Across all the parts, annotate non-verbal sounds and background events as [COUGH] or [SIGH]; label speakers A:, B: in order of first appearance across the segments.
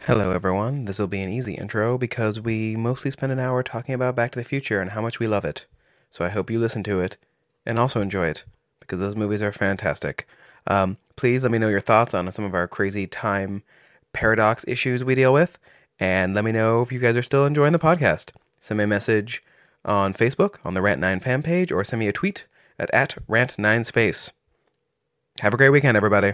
A: Hello, everyone. This will be an easy intro because we mostly spend an hour talking about Back to the Future and how much we love it. So I hope you listen to it and also enjoy it because those movies are fantastic. Um, please let me know your thoughts on some of our crazy time paradox issues we deal with, and let me know if you guys are still enjoying the podcast. Send me a message on Facebook on the Rant9 fan page or send me a tweet at, at Rant9Space. Have a great weekend, everybody.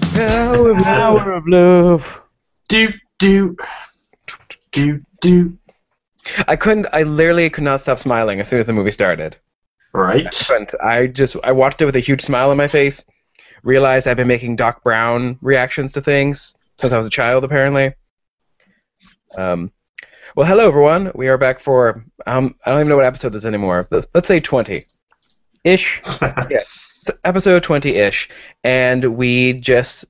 B: Power of love.
C: do do do do
A: I couldn't. I literally could not stop smiling as soon as the movie started.
C: right
A: Couldn't. I just. I watched it with a huge smile on my face. Realized I've been making Doc Brown reactions to things since I was a child, apparently. Um, well, hello everyone. We are back for um. I don't even know what episode this is anymore. Let- Let's say twenty.
B: Ish.
A: It's episode twenty-ish, and we just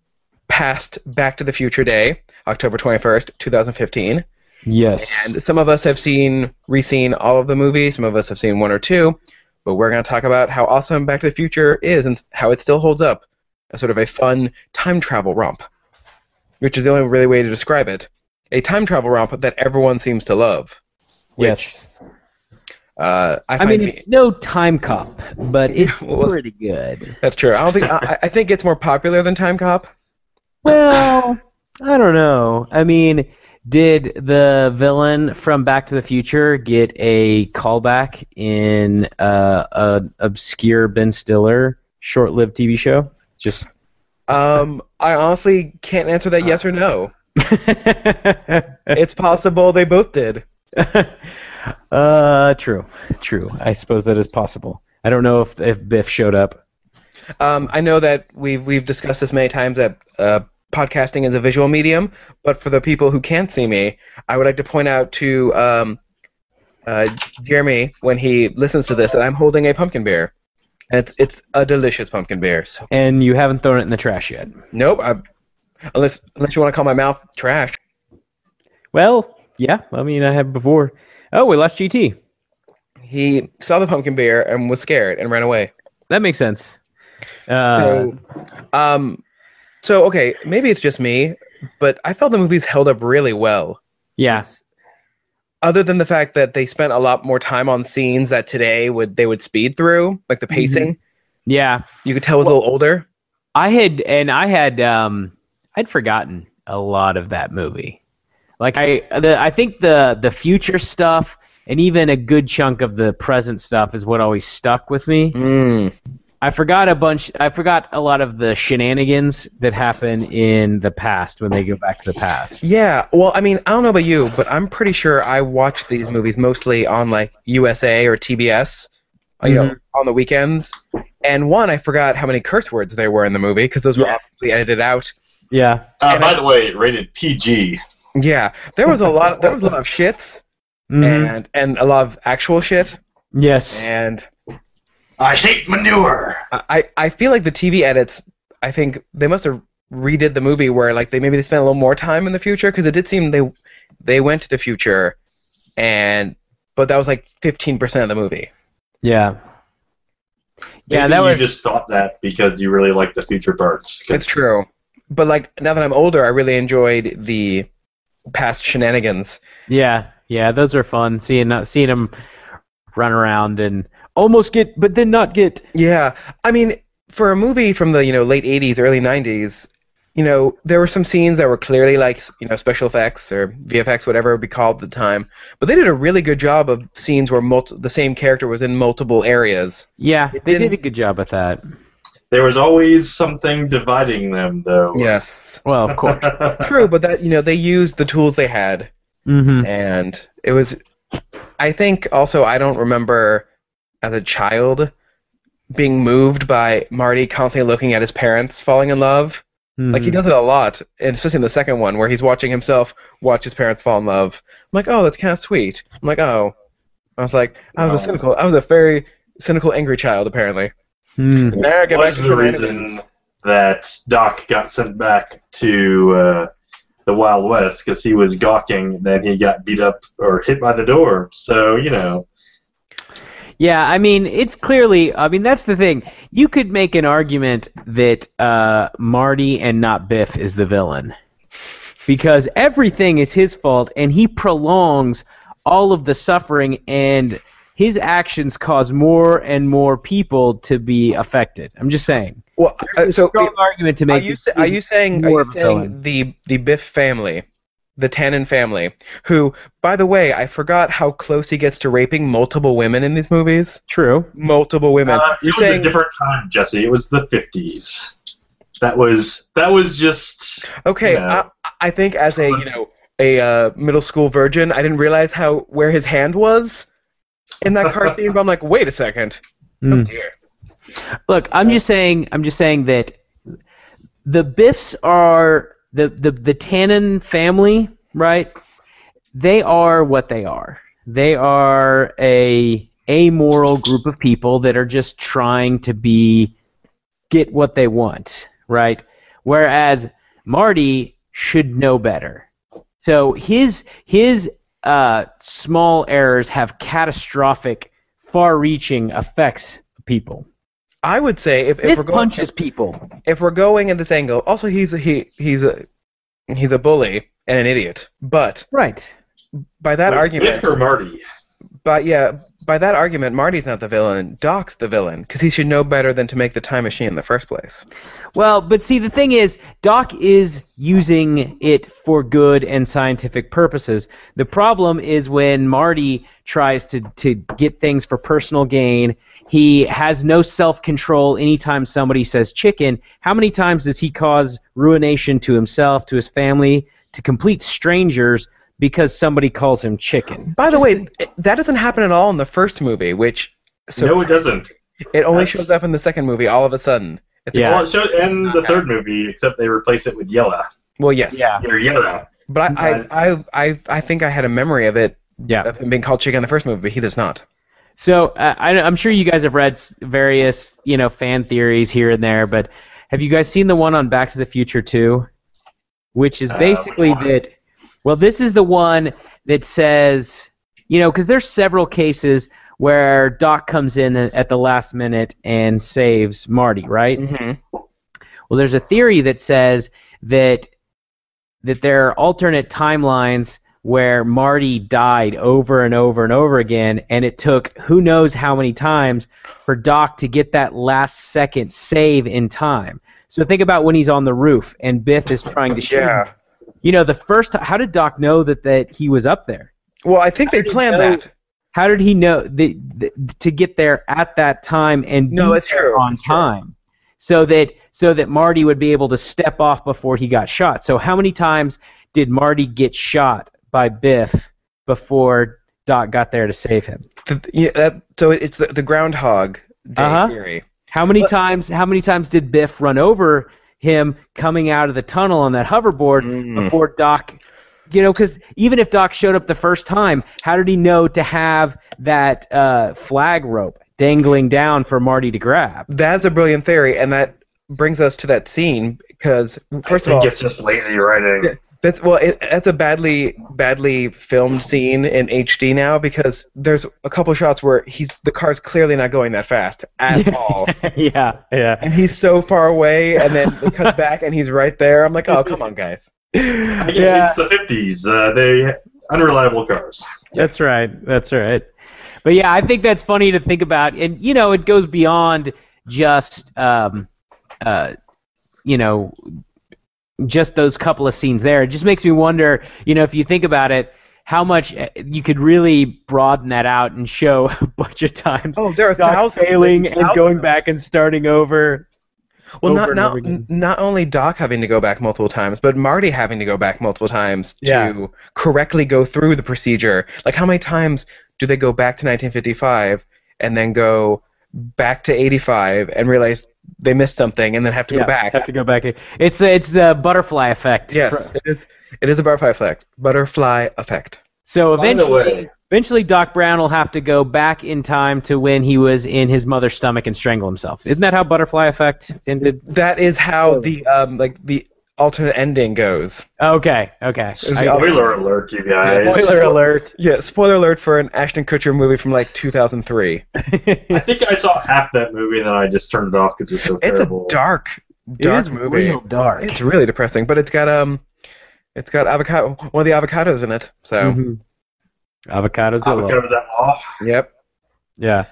A: passed Back to the Future Day, October twenty-first, two thousand fifteen.
B: Yes.
A: And some of us have seen, reseen all of the movies. Some of us have seen one or two. But we're going to talk about how awesome Back to the Future is and how it still holds up as sort of a fun time travel romp, which is the only really way to describe it. A time travel romp that everyone seems to love. Which,
B: yes.
A: uh, I,
B: I
A: find
B: mean,
A: me-
B: it's no time cop, but it's
A: Well, let's-
B: pretty
A: [LAUGHS]
B: good.
A: that's true. I don't think I, I think it's more popular than Time Cop.
B: Well, I don't know. I mean, did the villain from Back to the Future get a callback in uh, an obscure Ben Stiller short-lived TV show? Just. [LAUGHS]
A: Um, I honestly can't answer
B: Uh,
A: that yes or no. It's possible they both did.
B: uh, true, true. I suppose that is possible. I don't know if if Biff showed up.
A: Um, I know that we've we've discussed this many times that uh, podcasting is a visual medium, but for the people who can't see me, I would like to point out to um, uh, Jeremy when he listens to this that I'm holding a pumpkin beer. And it's it's a delicious pumpkin beer. So
B: And you haven't thrown it in the trash yet.
A: nope, I, unless unless you want to call my mouth trash.
B: Well, yeah. I mean, I have before. Oh, we lost GT.
A: He saw the pumpkin beer and was scared and ran away.
B: That makes sense. Uh,
A: So, um, so okay, maybe it's just me, but I felt the movies held up really well.
B: yeah,
A: other than the fact that they spent a lot more time on scenes that today would they would speed through, like the pacing,
B: yeah.
A: you could tell it was a little older.
B: I had and I had um, I'd forgotten a lot of that movie. Like I, the, I think the the future stuff and even a good chunk of the present stuff is what always stuck with me.
C: Mm-hmm.
A: Mm.
B: I forgot a bunch. I forgot a lot of the shenanigans that happen in the past when they go back to the past.
A: Yeah. Well, I mean, I don't know about you, but I'm pretty sure I watched these movies mostly on like USA or TBS, you know, on the weekends. And one, I forgot how many curse words there were in the movie because those were
B: Yeah.
A: obviously edited out.
B: Yeah.
C: uh,
A: And
C: by
A: I-
C: the way rated pg
A: Yeah, there was a lot. There was a lot of shits and and a lot of actual shit.
B: Mm-hmm. yes.
A: And
C: i hate manure
A: I, I feel like the TV edits. I think they must have redid the movie where like they maybe they spent a little more time in the future because it did seem they they went to the future, and but that was like fifteen percent of the movie.
B: yeah. Yeah,
C: Maybe
B: that
C: you
B: was
C: just thought that because you really like the future parts 'cause-
A: It's true. But like now that I'm older, I really enjoyed the past shenanigans.
B: yeah, yeah. Those are fun seeing not seeing them run around and almost get, but then not get.
A: Yeah, I mean for a movie from the you know late '80s, early '90s. You know, there were some scenes that were clearly like, you know, special effects or VFX, whatever it would be called at the time. But they did a really good job of scenes where multi- the same character was in multiple areas.
B: Yeah,
A: It
B: they did
A: didn't-
B: a good job at that.
C: there was always something dividing them though
A: Yes.
B: Well,
A: [LAUGHS]
C: [LAUGHS]
B: of course.
A: True, but that, you know, they used the tools they had.
B: mm-hmm.
A: And it was. I think also, I don't remember as a child being moved by Marty constantly looking at his parents falling in love. Like,
C: Hmm.
A: he does it a lot, and especially in the second one where he's watching himself watch his parents fall in love. I'm like, oh, that's kind of sweet. I'm like, oh. I was like, I was a
C: Wow.
A: cynical, I was a very cynical, angry child, apparently.
B: Mm.
A: Now I get back
C: was
A: to
C: the
A: the
C: reason
A: randomness.
C: that Doc got sent back to uh, the Wild West because he was gawking. Then he got beat up or hit by the door. So you know,
B: Yeah, I mean, it's clearly. I mean, that's the thing. You could make an argument that uh, Marty and not Biff is the villain, because everything is his fault, and he prolongs all of the suffering, and his actions cause more and more people to be affected. I'm just saying.
A: Well, uh, so
B: Strong argument to
A: are
B: make.
A: you sa- are you saying are
B: more
A: you
B: of a
A: saying
B: villain.
A: the the Biff family, the Tannen family, who by the way I forgot how close he gets to raping multiple women in these movies,
B: true?
A: multiple women.
C: uh, it
A: You're
C: was
A: saying
C: a different time, Jesse. It was the fifties. That was that was just
A: okay?
C: Yeah.
A: I, I think as a you know a uh, middle school virgin, I didn't realize how where his hand was in that
C: [LAUGHS]
A: car scene. But I'm like, wait a second, oh
B: Mm.
A: dear.
B: Look, I'm just saying. I'm just saying that the Biffs are the the the Tannen family, right? They are what they are. They are a amoral group of people that are just trying to be get what they want, right? Whereas Marty should know better. So his his uh, small errors have catastrophic, far-reaching effects on people.
A: I would say if, if
B: This
A: we're going
B: punches people.
A: if we're going at this angle, also he's a, he he's a he's a bully and an idiot. But
B: Right.
A: by that
C: Wait,
A: argument,
C: Biff or Marty.
A: but yeah, by that argument, Marty's not the villain. Doc's the villain because he should know better than to make the time machine in the first place.
B: Well, but see, the thing is, Doc is using it for good and scientific purposes. The problem is when Marty tries to, to get things for personal gain, he has no self control anytime somebody says chicken. How many times does he cause ruination to himself, to his family, to complete strangers because somebody calls him chicken?
A: By the way, it- that doesn't happen at all in the first movie, which so
C: no, it doesn't.
A: it only
C: that's-
A: shows up in the second movie all of a sudden. It's
B: Yeah.
A: yeah.
C: Well, it showed in the third movie, except they replace it with Yella.
A: well, yes,
C: Or Yella.
A: but I, I, I, I, I think I had a memory of it
B: Yeah.
A: of him being called chicken in the first movie, but he does not.
B: So uh, I, I'm sure you guys have read s- various, you know, fan theories here and there, but have you guys seen the one on Back to the Future 2? Which is
C: Uh, which
B: basically
C: one?
B: that. Well, this is the one that says, you know, because there's several cases where Doc comes in a- at the last minute and saves Marty, right?
A: Mm-hmm.
B: Well, there's a theory that says that that there are alternate timelines where Marty died over and over and over again, and it took who knows how many times for Doc to get that last second save in time. So think about when he's on the roof and Biff is trying to shoot. him. You know, the first time, how did Doc know that that he was up there?
A: Well, I think they
B: did
A: planned
B: no-
A: that.
B: How did he know the, the, to get there at that time and
A: No,
B: be
A: it's
B: there
A: true.
B: on
A: It's true.
B: time? So that so that Marty would be able to step off before he got shot. So how many times did Marty get shot by Biff before Doc got there to save him?
A: The, yeah, that, so it's the, the groundhog day
B: Uh-huh.
A: theory.
B: How many
A: But-
B: times how many times did Biff run over him coming out of the tunnel on that hoverboard
A: Mm.
B: before Doc you know, because even if Doc showed up the first time, how did he know to have that uh, flag rope dangling down for Marty to grab?
A: That's a brilliant theory, and that brings us to that scene because first
C: I
A: of
C: think
A: all,
C: it's just lazy writing.
A: Yeah. that's well, it, that's a badly badly filmed scene in HD now because there's a couple shots where he's the car's clearly not going that fast
B: [LAUGHS]
A: at all,
B: [LAUGHS] yeah, yeah.
A: and he's so far away, and then it cuts back and he's right there. I'm like, oh come on, guys.
C: I guess
B: [LAUGHS] yeah,
C: It's the fifties. Uh, they unreliable cars.
B: that's right. That's right. But yeah, I think that's funny to think about, and you know, it goes beyond just, um, uh, you know, just those couple of scenes there. It just makes me wonder, you know, if you think about it, how much uh, you could really broaden that out and show [LAUGHS] a bunch of times.
A: Oh, there are
B: Doc
A: thousands
B: failing and
A: thousands
B: going
A: of-
B: back and starting over.
A: Well, not
B: over and
A: not
B: over again.
A: not only Doc having to go back multiple times, but Marty having to go back multiple times
B: Yeah.
A: to correctly go through the procedure. Like, how many times do they go back to 1955 and then go back to 85 and realize they missed something and then have to
B: Yeah,
A: go back?
B: Have to go back. It's it's the butterfly effect.
A: yes, it is. It is a butterfly effect. Butterfly effect.
B: So
C: By the
B: eventually,
C: way,
B: Eventually, Doc Brown will have to go back in time to when he was in his mother's stomach and strangle himself. Isn't that how Butterfly Effect ended?
A: That is how the um like the alternate ending goes.
B: Okay, okay.
A: Is the-
B: I-
C: Spoiler alert, you guys.
B: spoiler alert.
A: Yeah, spoiler alert for an Ashton Kutcher movie from like 2003.
C: I think I saw half that movie and then I just turned it off because it was so
A: It's a
C: terrible.
A: dark,
B: it
A: dark
B: is
A: movie.
B: [LAUGHS] real dark.
A: It's really depressing, but it's got um, it's got avocado. One of the avocados in it. So
B: Mhm. Avocados. are low.
C: Avocados at law.
B: Mm-hmm.
A: yep.
B: Yeah.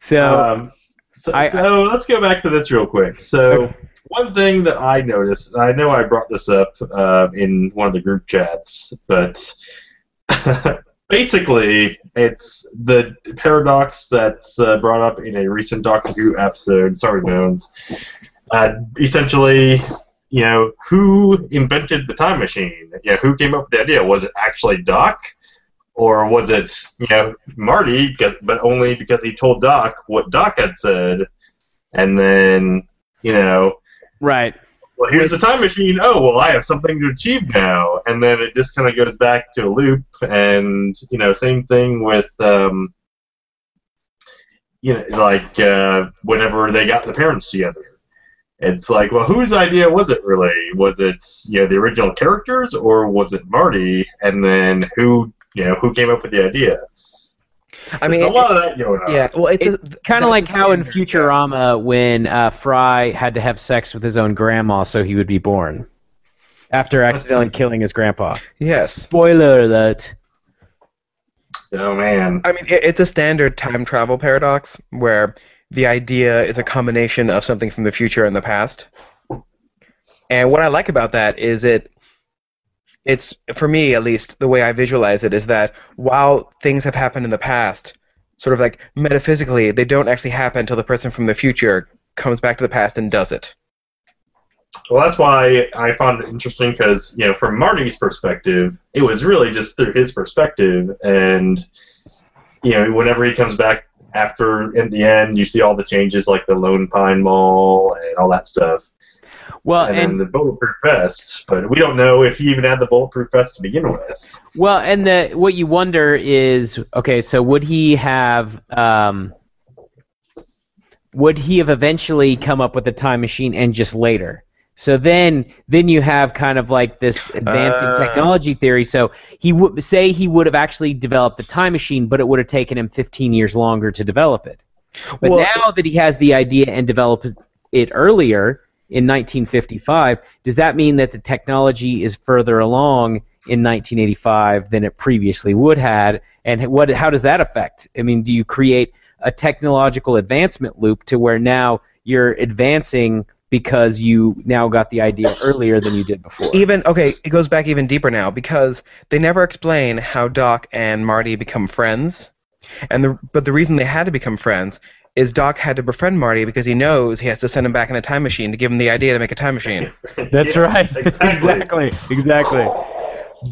B: So
A: Uh,
C: Um, so,
B: I-
C: so let's go back to this real quick. So one thing that I noticed, and I know I brought this up uh, in one of the group chats, but [LAUGHS] basically it's the paradox that's uh, brought up in a recent Doctor Who episode. Sorry, Bones. Uh, essentially, you know, who invented the time machine? You know, who came up with the idea? Was it actually Doc? Or was it, you know, Marty, because, but only because he told Doc what Doc had said? And then, you know,
B: right.
C: well, here's the time machine. Oh, well, I have something to achieve now. And then it just kind of goes back to a loop. And, you know, same thing with, um, you know, like uh, whenever they got the parents together. It's like, well, whose idea was it really? Was it, you know, the original characters or was it Marty? And then who, you know, who came up with the idea?
A: I mean,
C: There's a lot of that going on.
A: yeah. Well, it's, a-
B: Kind of like
A: that's a
B: how in
A: standard, yeah.
B: Futurama, when uh, Fry had to have sex with his own grandma so he would be born, after accidentally killing his grandpa.
A: Yes.
B: Spoiler alert.
C: Oh, man.
A: I mean, it, it's a standard time travel paradox where the idea is a combination of something from the future and the past. And what I like about that is it it's for me at least the way I visualize it is that while things have happened in the past, sort of like metaphysically, they don't actually happen until the person from the future comes back to the past and does it.
C: Well, that's why I found it interesting because, you know, from Marty's perspective, it was really just through his perspective. And, you know, whenever he comes back after, in the end, you see all the changes like the Lone Pine Mall and all that stuff.
B: Well,
C: and,
B: Uh, and,
C: then the Bulletproof Vest. But we don't know if he even had the Bulletproof Vest to begin with.
B: well, and the what you wonder is, okay, so would he have, um, would he have eventually come up with a time machine and just later? So then, then you have kind of like this advancing
A: Uh.
B: technology theory. So he would say he would have actually developed the time machine, but it would have taken him 15 years longer to develop it. But
A: Well-
B: now that he has the idea and developed it earlier in 1955, does that mean that the technology is further along in 1985 than it previously would had? And what? How does that affect? I mean, do you create a technological advancement loop to where now you're advancing because you now got the idea earlier than you did before?
A: Even okay, it goes back even deeper now because they never explain how Doc and Marty become friends, and the but the reason they had to become friends is Doc had to befriend Marty because he knows he has to send him back in a time machine to give him the idea to make a time machine.
B: [LAUGHS] That's
C: Yeah,
B: right. [LAUGHS]
C: Exactly.
B: exactly. Exactly.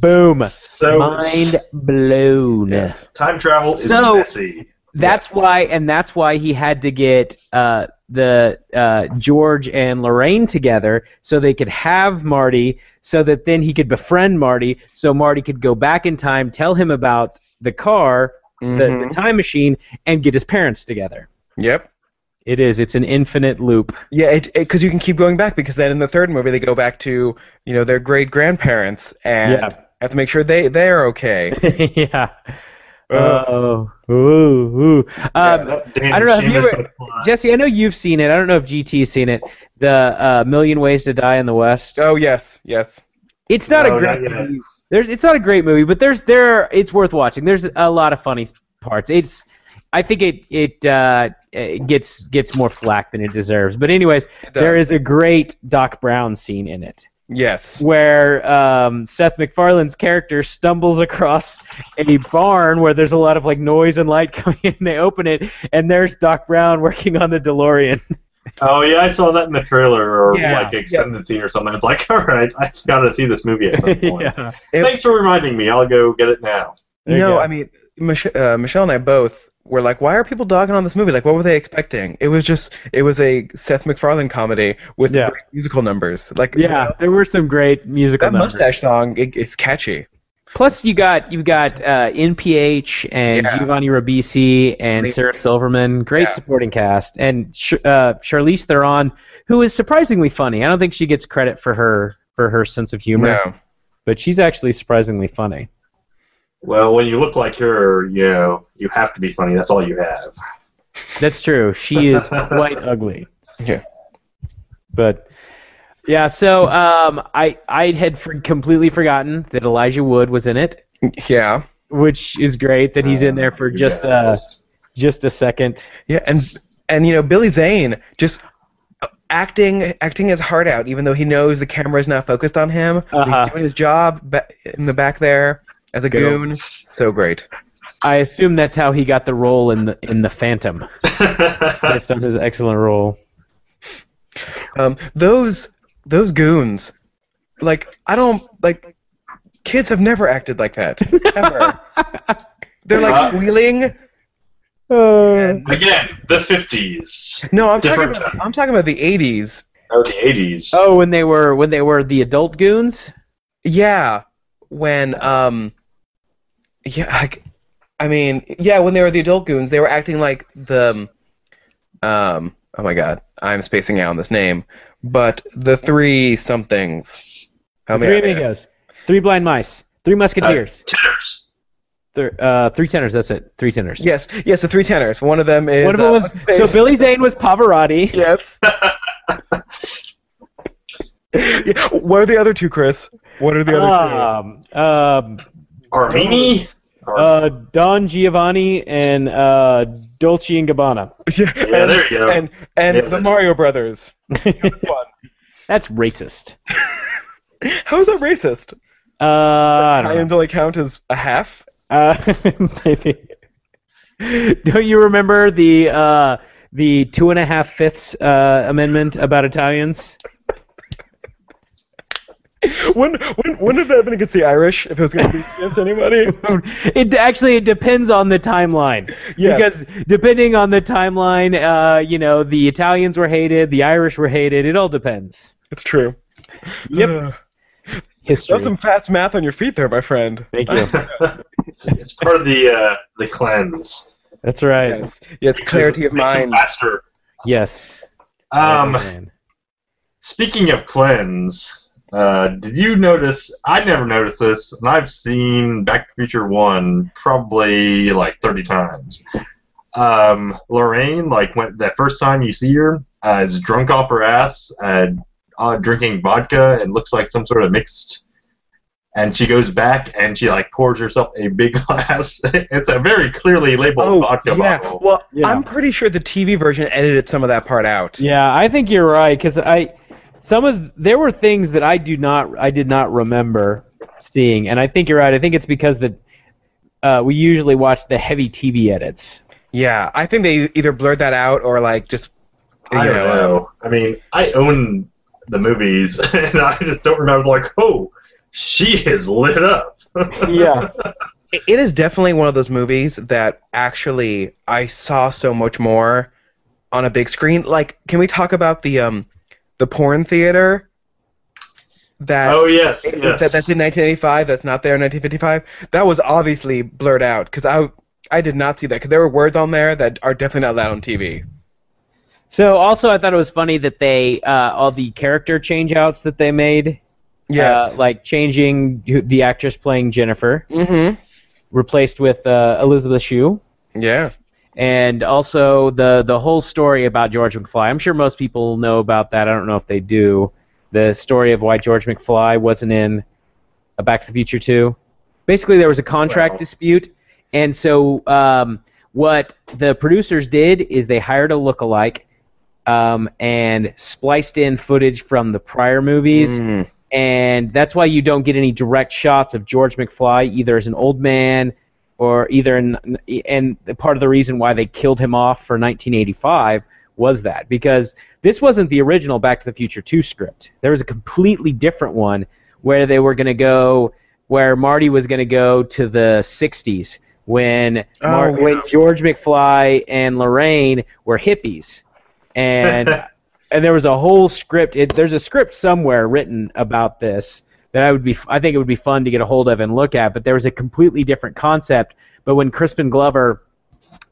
B: Boom.
C: So,
B: [LAUGHS] Mind blown.
C: yes, time travel is
B: So-
C: messy.
B: That's
C: Yes.
B: why, and that's why he had to get uh, the uh, George and Lorraine together so they could have Marty, so that then he could befriend Marty, so Marty could go back in time, tell him about the car, the,
A: Mhm.
B: the time machine, and get his parents together.
A: Yep.
B: It is. It's an infinite loop. [LAUGHS]
A: Yeah, it because you can keep going back because then in the third movie they go back to you know their great grandparents and
B: Yeah.
A: have to make sure they they are okay.
B: yeah. Oh. Ooh. ooh.
C: Yeah,
B: Um,
C: that damn
B: I don't know, have you
C: Seamus
B: ever-
C: McFly.
B: Jesse, I know you've seen it. I don't know if GT's seen it. The uh, Million Ways to Die in the West.
A: oh yes, yes.
B: It's not
C: No,
B: a great
C: not yet.
B: movie. There's, it's not a great movie, but there's there it's worth watching. There's a lot of funny parts. It's I think it it, uh, it gets gets more flack than it deserves. But anyways,
A: It does.
B: there is a great Doc Brown scene in it
A: yes.
B: where um, Seth MacFarlane's character stumbles across a barn where there's a lot of like noise and light [LAUGHS] coming in. They open it and there's Doc Brown working on the DeLorean. [LAUGHS]
C: Oh yeah, I saw that in the trailer or
A: Yeah,
C: like extended scene or something. It's like, [LAUGHS] all right, I gotta see this movie at
B: [LAUGHS]
C: some point.
B: yeah.
A: It-
C: Thanks for reminding me. I'll go get it now.
B: There you
A: no,
B: go.
A: I mean Mich- uh, Michelle and I both were like, why are people dogging on this movie? Like, what were they expecting? It was just it was a Seth MacFarlane comedy with
B: Yeah.
A: great musical numbers. Like,
B: Yeah, there were some great musical
A: that
B: numbers.
A: mustache song i- is catchy.
B: Plus, you got you got uh, NPH and
A: Yeah.
B: Giovanni Ribisi and
A: Lee-
B: Sarah Silverman. Great
A: Yeah.
B: supporting cast, and Sh- uh, Charlize Theron, who is surprisingly funny. I don't think she gets credit for her for her sense of humor,
A: No.
B: but she's actually surprisingly funny.
C: Well, when you look like her, you know, you have to be funny. That's all you have.
B: That's true. She
A: [LAUGHS]
B: is quite ugly.
A: Yeah.
B: But yeah, so um, I I had for- completely forgotten that Elijah Wood was in it,
A: Yeah.
B: which is great that he's in there for just uh,
C: Yes.
B: just a second.
A: Yeah, and and you know Billy Zane just uh, acting acting his heart out, even though he knows the camera's not focused on him. but
B: Uh-huh.
A: He's doing his job ba- in the back there as a
B: Good old-
A: goon. So great.
B: I assume that's how he got the role in the in the Phantom, based on his excellent role.
A: Um, those those goons, like I don't like. Kids have never acted like that ever. They're
C: Uh.
A: like squealing.
B: Uh,
C: [LAUGHS] Again, the 50s.
A: No, I'm
C: Different
A: talking.
C: time.
A: About, I'm talking about the '80s.
C: Oh, the 80s.
B: oh, when they were when they were the adult goons.
A: Yeah, when um, yeah, I, I mean, yeah, when they were the adult goons, they were acting like the um. Oh my God, I'm spacing out on this name, but the three somethings. How
B: three amigos, three blind mice, three musketeers,
C: Tenors.
B: Thir- uh, three tenors. That's it. Three tenors.
A: Yes, yes, the three tenors. One of them is.
B: One of them
A: uh,
B: was,
A: what's his face?
B: so Billy Zane
A: [LAUGHS]
B: was Pavarotti.
A: Yes. yeah. What are the other two, Chris? What are the other
B: Um, um,
C: Armini?
B: uh, Don Giovanni and uh, Dolce and Gabbana.
A: two? [LAUGHS] Yeah,
C: yeah,
A: and,
C: there you go. [LAUGHS]
A: and and
C: Yeah,
A: the
C: that's-
A: Mario Brothers.
B: That's racist.
A: How is that racist?
B: Uh, I don't know.
A: Italians only count as a half.
B: Uh, [LAUGHS] maybe. Don't you remember the uh, the two and a half fifths uh, amendment about Italians? [LAUGHS]
A: Wouldn't, wouldn't, wouldn't it have been against the Irish if it was going to
B: [LAUGHS]
A: be against anybody?
B: it actually it depends on the timeline
A: Yes.
B: because depending on the timeline, uh, you know, the Italians were hated, the Irish were hated. It all depends.
A: It's true.
B: Yep.
A: Ugh.
B: History.
A: That's some fast math on your feet there, my friend.
B: Thank [LAUGHS] you.
C: it's, it's part of the uh, the cleanse.
B: That's right.
A: Yes. Yeah, it's clarity of
C: Makes it
A: mind.
C: Faster.
B: Yes.
C: Um,
B: Man.
C: Speaking of cleanse, uh, did you notice? I never noticed this, and I've seen Back to the Future One probably like thirty times. Um, Lorraine, like when that first time you see her, uh, is drunk off her ass, uh, uh, drinking vodka, and looks like some sort of mixed. And she goes back and she like pours herself a big [LAUGHS] glass. it's a very clearly labeled
A: Oh,
C: vodka
A: yeah.
C: bottle.
A: Well,
B: Yeah.
A: I'm pretty sure the TV version edited some of that part out.
B: Yeah, I think you're right because I some of there were things that I do not I did not remember seeing, and I think you're right. I think it's because the uh, we usually watch the heavy TV edits.
A: Yeah, I think they either blurred that out or like just. You
C: I don't
A: know,
C: know. I mean, I own the movies, [LAUGHS] and I just don't remember. I was like, oh, she is lit up.
B: Yeah,
A: It it is definitely one of those movies that actually I saw so much more on a big screen. Like, can we talk about the um, the porn theater? That
C: [LAUGHS] oh yes,
A: It-
C: yes.
A: that, that's in 1985. That's not there in 1955. That was obviously blurred out because I I did not see that because there were words on there that are definitely not allowed on TV.
B: [LAUGHS] So also, I thought it was funny that they uh, all the character change outs that they made.
A: Yes.
B: Uh, like changing who- the actress playing Jennifer,
A: mm-hmm.
B: replaced with uh, Elizabeth Shue,
A: Yeah.
B: and also the the whole story about George McFly. I'm sure most people know about that. I don't know if they do. The story of why George McFly wasn't in uh, Back to the Future 2. Basically, there was a contract
C: Wow.
B: dispute, and so um, what the producers did is they hired a lookalike um, and spliced in footage from the prior movies
A: Mm.
B: and that's why you don't get any direct shots of George McFly either as an old man or either in and part of the reason why they killed him off for 1985 was that because this wasn't the original Back to the Future 2 script. There was a completely different one where they were going to go where Marty was going to go to the 60s when Mar-
A: Oh, yeah.
B: when George McFly and Lorraine were hippies and and there was a whole script. It, there's a script somewhere written about this that I would be I think it would be fun to get a hold of and look at. But there was a completely different concept. But when Crispin Glover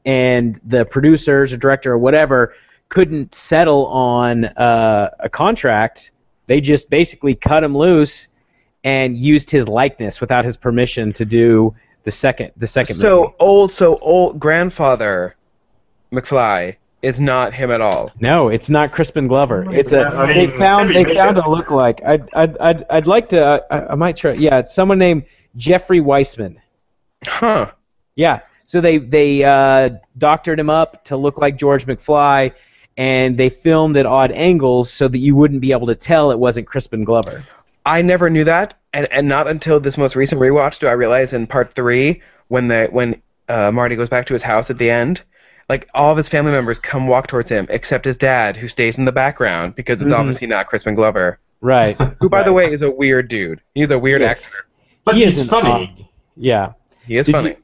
B: and the producers or director or whatever couldn't settle on uh, a contract, they just basically cut him loose and used his likeness without his permission to do the second the second movie.
A: So old, so old grandfather McFly is not him at all.
B: No, it's not Crispin Glover.
C: Oh my
B: It's a
C: God. I
B: they
C: mean,
B: found
C: Timmy
B: they
C: Baker.
B: found a look like. I'd I'd I'd, I'd like to. I- I, I might try. Yeah, it's someone named Jeffrey Weissman.
A: Huh.
B: Yeah. So they they uh, doctored him up to look like George McFly, and they filmed at odd angles so that you wouldn't be able to tell it wasn't Crispin Glover.
A: I never knew that, and, and not until this most recent rewatch do I realize in part three when the when uh, Marty goes back to his house at the end, like all of his family members come walk towards him except his dad, who stays in the background because it's
B: Mhm.
A: obviously not Crispin Glover,
C: [LAUGHS]
B: Right.
A: Mm-hmm. who by the way is a weird dude. He's a weird
B: Yes.
A: actor.
C: But
B: He is
C: it's
B: an
C: funny.
B: odd- yeah.
A: He is
B: Did
A: funny.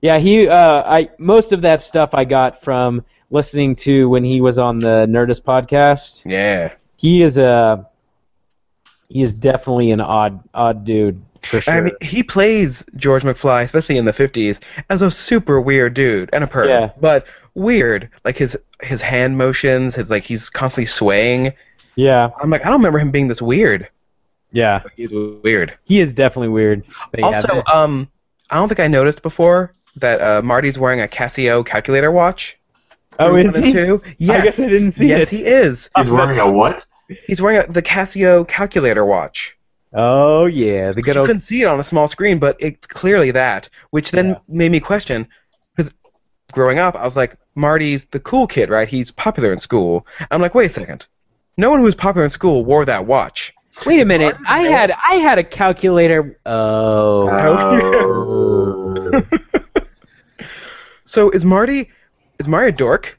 B: Yeah, he. Uh, I most of that stuff I got from listening to when he was on the Nerdist podcast.
A: Yeah.
B: He is a. He is definitely an odd, odd dude for sure.
A: I mean, he plays George McFly, especially in the '50s, as a super weird dude and a perv.
B: Yeah.
A: But weird, like his his hand motions, his like he's constantly swaying.
B: yeah,
A: I'm like, I don't remember him being this weird.
B: yeah.
A: But he's weird.
B: He is definitely weird. But yeah,
A: also,
B: that-
A: um, I don't think I noticed before that uh, Marty's wearing a Casio calculator watch.
B: oh,
A: One
B: is
A: and
B: he?
A: Two. Yes.
B: I guess I didn't see
A: yes,
B: it.
A: he is.
C: He's wearing a what?
A: He's wearing a, the Casio calculator watch.
B: oh yeah, the good
A: you
B: old.
A: couldn't see it on a small screen, but it's clearly that, which then
B: Yeah.
A: made me question. Because growing up, I was like, Marty's the cool kid, right? He's popular in school. I'm like, wait a second. No one who was popular in school wore that watch.
B: Wait a minute. I had I had a calculator. Oh.
A: Ah.
C: Oh.
A: So is Marty? Is Marty a dork?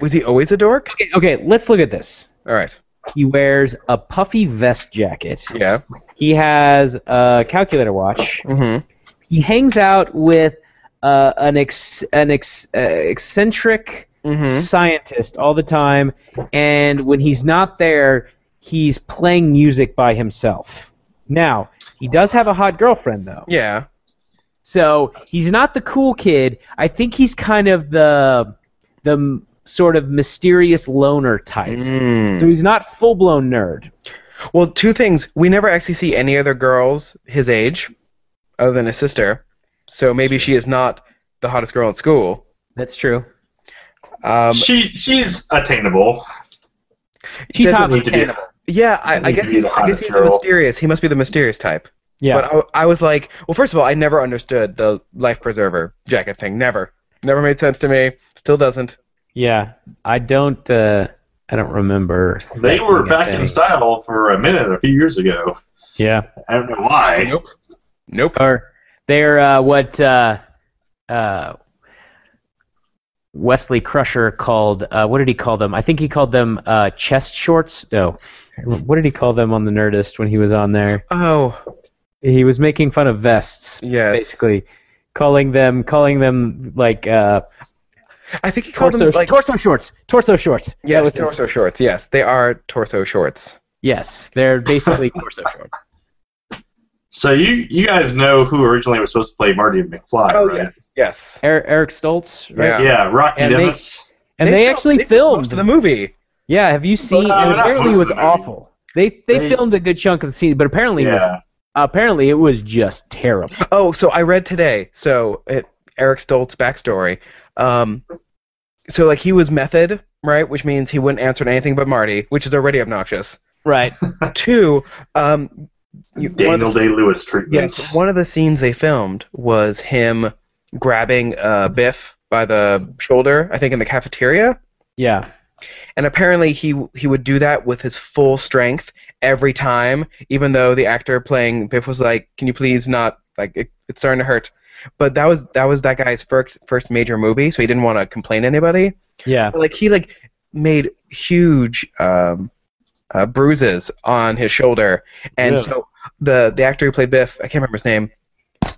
A: Was he always a dork?
B: Okay, okay, let's look at this.
A: All right.
B: He wears a puffy vest jacket.
A: Yeah.
B: He has a calculator watch.
A: Mm-hmm.
B: He hangs out with uh, an ex- an ex- uh, eccentric
A: Mm-hmm.
B: scientist all the time, and when he's not there, he's playing music by himself. Now he does have a hot girlfriend though,
A: Yeah.
B: so he's not the cool kid. I think he's kind of the the m- sort of mysterious loner type. So
A: Mm.
B: he's not full blown nerd.
A: Well, two things. We never actually see any other girls his age, other than his sister. So maybe she is not the hottest girl at school.
B: That's true.
A: [LAUGHS] Um,
C: she she's attainable.
B: She's
A: Doesn't
B: hot
C: need to be-
B: attainable.
A: Yeah, I,
C: I
A: I
C: think
A: guess he's,
C: he's the
A: I guess
C: hottest
A: he's the
C: girl.
A: mysterious. He must be the mysterious type.
B: Yeah.
A: But I, I was like, well, first of all, I never understood the life preserver jacket thing. Never, never made sense to me. Still doesn't.
B: Yeah, I don't. Uh, I don't remember.
C: They
B: that
C: were
B: being a
C: back in
B: thing.
C: style for a minute a few years ago.
B: Yeah,
C: I don't know why.
A: Nope. Nope.
B: or they're uh, what uh, uh, Wesley Crusher called. Uh, what did he call them? I think he called them uh, chest shorts. No, what did he call them on the Nerdist when he was on there?
A: Oh,
B: He was making fun of vests,
A: yes.
B: basically, calling them calling them like uh,
A: I think he called
B: torso
A: them like
B: torso shorts, torso shorts. That
A: yes,
B: was it.
A: torso shorts. Yes, they are torso shorts.
B: Yes,
A: [LAUGHS]
B: they're basically torso shorts.
C: So you you guys know who originally was supposed to play Marty McFly,
A: Oh,
C: right?
A: Yes.
B: Er- Eric Stoltz, right?
A: Yeah.
C: Yeah, Rocky
B: And they-
C: Dennis.
B: And they,
A: fil-
B: actually
A: they
B: filmed.
A: most of the movie.
B: yeah, have you seen?
C: no,
B: and
C: not
B: apparently,
C: most
B: it
C: of
B: was
C: the movie.
B: awful. They, they
C: They-
B: filmed a good chunk of the scene, but apparently it was
C: yeah.
B: apparently it was just terrible.
A: Oh, so I read today. So it, Eric Stoltz backstory. Um, so like he was method, right? Which means he wouldn't answer to anything but Marty, which is already obnoxious.
B: Right.
A: Two, um, you- one
C: Daniel
A: of the,
C: Day Lewis treatment.
A: yes, one of the scenes they filmed was him grabbing uh, Biff by the shoulder, I think, in the cafeteria,
B: Yeah.
A: and apparently he he would do that with his full strength every time, even though the actor playing Biff was like, "Can you please not? Like, it, it's starting to hurt." But that was that was that guy's first first major movie, so he didn't want to complain to anybody.
B: Yeah.
A: But, like he like made huge um, uh, bruises on his shoulder, and
B: Really?
A: so the the actor who played Biff, I can't remember his name,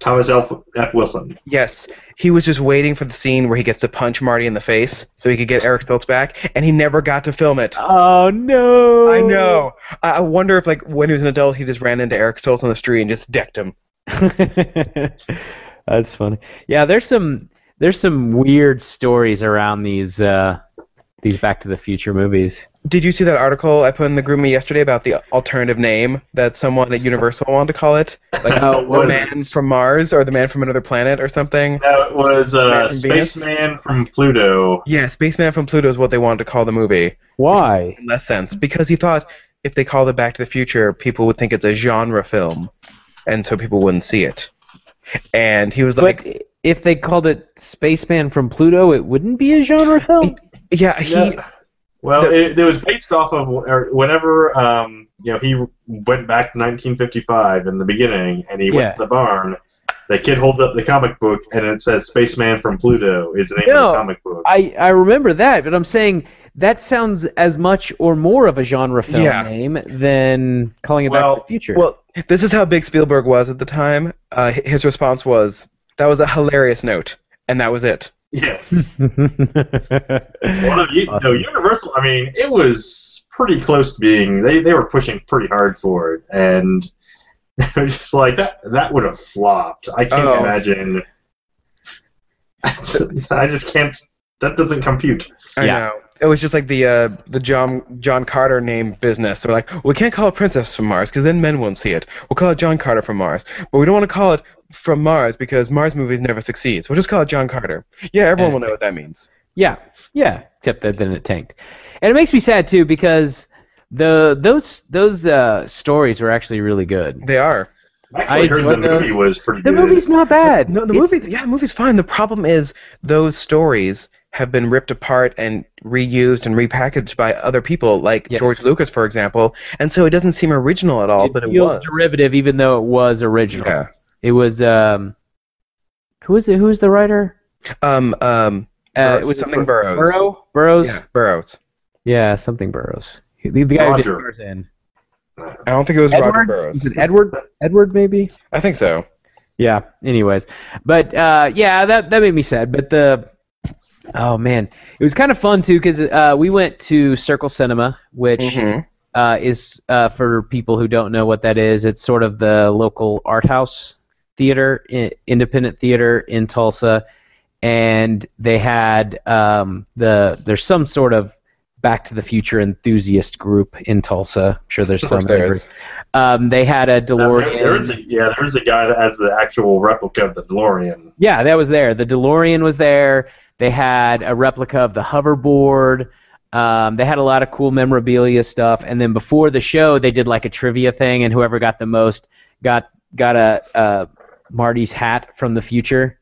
C: Thomas F. F. Wilson.
A: Yes, he was just waiting for the scene where he gets to punch Marty in the face so he could get Eric Stoltz back, and he never got to film it.
B: Oh no!
A: I know. I I wonder if, like, when he was an adult, he just ran into Eric Stoltz on the street and just decked him.
B: [LAUGHS] That's funny. Yeah, there's some there's some weird stories around these uh, these Back to the Future movies.
A: Did you see that article I put in the group me yesterday about the alternative name that someone at Universal wanted to call it? Like,
B: Oh,
A: the
C: [LAUGHS] What is
A: man
C: it?
A: from Mars or the man from another planet or something?
C: That was uh,
A: Man from Venus?
C: Spaceman from Pluto.
A: Yeah, Spaceman from Pluto is what they wanted to call the movie.
B: Why?
A: In less sense, because he thought if they called it Back to the Future, people would think it's a genre film, and so people wouldn't see it. And he was like,
B: But if they called it Spaceman from Pluto, it wouldn't be a genre film.
A: Yeah, he.
C: Yeah. Well,
A: The-
C: it, it was based off of or whenever um, you know he went back to 1955 in the beginning, and he
B: Yeah.
C: went to the barn. The kid holds up the comic book, and it says "Spaceman from Pluto" is the name
B: No.
C: of the comic book.
B: I I remember that, but I'm saying that sounds as much or more of a genre film
A: Yeah.
B: name than calling it
C: Well-
B: Back to the Future.
A: Well, this is how big Spielberg was at the time. Uh, hi- his response was, "That was a hilarious note," and that was it.
C: Yes. One of you,
B: Awesome.
C: no, Universal. I mean, it was pretty close to being. They, they were pushing pretty hard for it, and [LAUGHS] it was just like that. That would have flopped. I can't
A: Oh.
C: imagine. [LAUGHS] I just can't. That doesn't compute.
A: I
B: Yeah.
A: know. It was just like the uh, the John John Carter name business. They're like, we can't call it Princess from Mars because then men won't see it. We'll call it John Carter from Mars, but we don't want to call it from Mars because Mars movies never succeeds. We'll just call it John Carter. Yeah, everyone will know what that means.
B: [LAUGHS] Yeah, yeah. Except that then it tanked, and it makes me sad too because the those those uh, stories were actually really good.
A: They are.
C: I actually
B: I
C: heard the
B: enjoyed those.
C: movie was pretty
B: The
C: good.
B: movie's not bad.
A: No, the
B: It's-
A: movie's yeah, the movie's fine. The problem is those stories have been ripped apart and reused and repackaged by other people, like
B: Yes.
A: George Lucas, for example. And so it doesn't seem original at all, but it
B: feels
A: was.
B: derivative, even though it was original.
A: Yeah.
B: It was um, who is it? Who is the writer? Uh,
A: Um. Um. Burroughs-
B: it was
A: something
B: Bur-
A: Burroughs.
B: Burrow. Burrows.
A: Yeah. Burroughs.
B: Yeah, something Burrows. The, the guy who did
C: Roger.
B: Tarzan.
A: I don't think it was Roger
B: Edward.
A: Burroughs.
B: Is it Edward? Edward maybe.
A: I think so.
B: Yeah. Anyways, but uh, yeah, that that made me sad. But the oh man, it was kind of fun too because uh, we went to Circle Cinema, which
A: Mhm.
B: uh, is uh, for people who don't know what that is. It's sort of the local art house theater, i- independent theater in Tulsa, and they had um, the there's some sort of Back to the Future enthusiast group in Tulsa. I'm sure there's
A: Of
B: some.
A: course there is. Uh,
B: Um, they had a
C: Now,
B: DeLorean.
C: there- there is a, yeah, there's a guy that has the actual replica of the DeLorean.
B: Yeah, that was there. The DeLorean was there. They had a replica of the hoverboard. Um, they had a lot of cool memorabilia stuff. And then before the show, they did like a trivia thing, and whoever got the most got got a uh, Marty's hat from the future,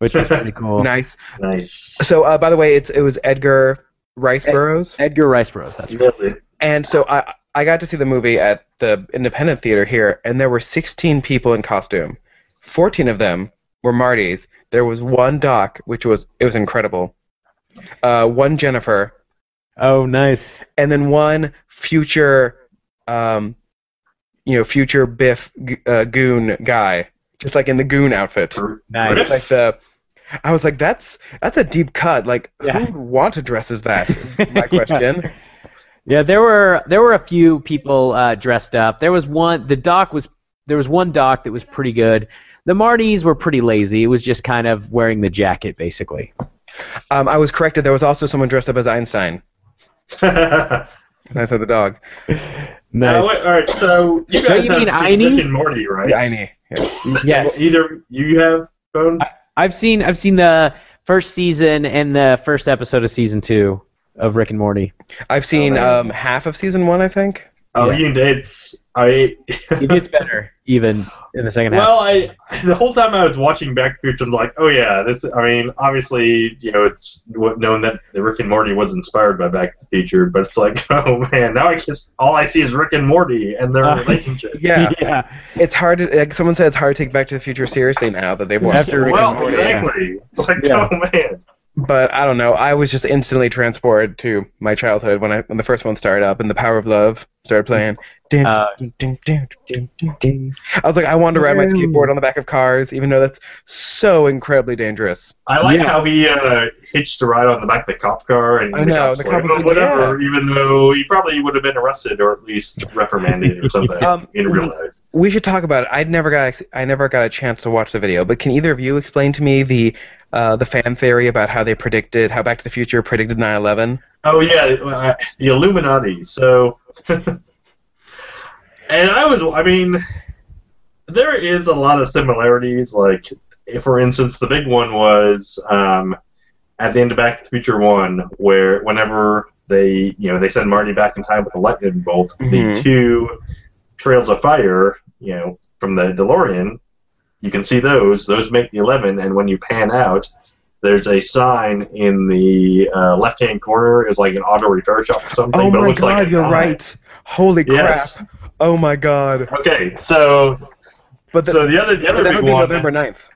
B: which was pretty [LAUGHS] cool.
A: Nice.
C: Nice.
A: So, uh, by the way, it's it was Edgar Rice
B: Ed-
A: Burroughs,
B: Edgar Rice Bros. That's right.
C: Really? [LAUGHS]
A: and so I I got to see the movie at the Independent Theater here, and there were 16 people in costume. 14 of them were Marty's. There was one Doc, which was it was incredible. Uh, one Jennifer,
B: Oh, nice.
A: and then one future, um, you know, future Biff g- uh, goon guy, just like in the goon outfit.
B: Nice.
A: It's like the I was like, that's that's a deep cut. Like,
B: Yeah.
A: who would want to dress as that? is My
B: [LAUGHS] Yeah.
A: question.
B: Yeah, there were there were a few people uh, dressed up. There was one. The doc was there was one doc that was pretty good. The Martys were pretty lazy. It was just kind of wearing the jacket, basically.
A: Um, I was corrected. There was also someone dressed up as Einstein.
C: Uh,
A: I said the dog.
C: wait, all right, so you guys
B: you
C: have
B: mean
C: seen
B: Einie?
C: Rick and Morty, right?
A: Yeah, I knew. Yeah.
B: Yes,
C: Either you have bones.
B: I've seen I've seen the first season and the first episode of season two of Rick and Morty.
A: I've seen um, half of season one, I think.
C: Oh,
B: Yeah.
C: you, it's I.
B: It gets better even in the second half.
C: well, I [LAUGHS] the whole time I was watching Back to the Future, I'm like, oh yeah, this. I mean, obviously, you know, it's w- known that the Rick and Morty was inspired by Back to the Future, but it's like, [LAUGHS] oh man, now I guess all I see is Rick and Morty and their
B: Uh,
A: [LAUGHS]
C: relationship.
A: Yeah,
B: [LAUGHS] yeah.
A: it's hard. To, like someone said, it's hard to take Back to the Future seriously now that they've watched.
B: After
A: it.
B: Rick and
C: well,
B: Morty,
C: exactly. It's like,
B: Yeah.
C: oh man.
A: but I don't know. I was just instantly transported to my childhood when I when the first one started up and the Power of Love started playing.
B: [LAUGHS]
A: Dun,
B: Uh,
A: dun, dun, dun, dun, dun, dun. I was like, I wanted to ride my skateboard on the back of cars, even though that's so incredibly dangerous.
C: I like
B: Yeah.
C: how he uh, hitched a ride on the back of the cop car and
A: I know,
C: the cops
A: the cop
C: were like,
A: was like,
C: "Oh, whatever, even though he probably would have been arrested or at least
A: [LAUGHS]
C: reprimanded or something
A: Um,
C: in real life.
A: We should talk about it. I never got ex- I never got a chance to watch the video, but can either of you explain to me the uh, the fan theory about how they predicted how Back to the Future predicted 9/11?
C: Oh yeah, uh, the Illuminati. So, [LAUGHS] and I was, I mean, there is a lot of similarities. Like, if, for instance, the big one was um, at the end of Back to the Future One, where whenever they, you know, they send Marty back in time with a lightning bolt,
A: Mhm.
C: the two trails of fire, you know, from the DeLorean, you can see those. Those make the eleven, and when you pan out, there's a sign in the uh, left-hand corner. It's like an auto repair shop or something.
A: Oh
C: but it
A: my
C: looks
A: god,
C: like an
A: you're
C: eye.
A: right. Holy
C: Yes.
A: crap. Oh my god.
C: Okay, so
A: But the,
C: so the other the
A: but
C: other
A: that
C: big
A: would be
C: one.
A: November 9th.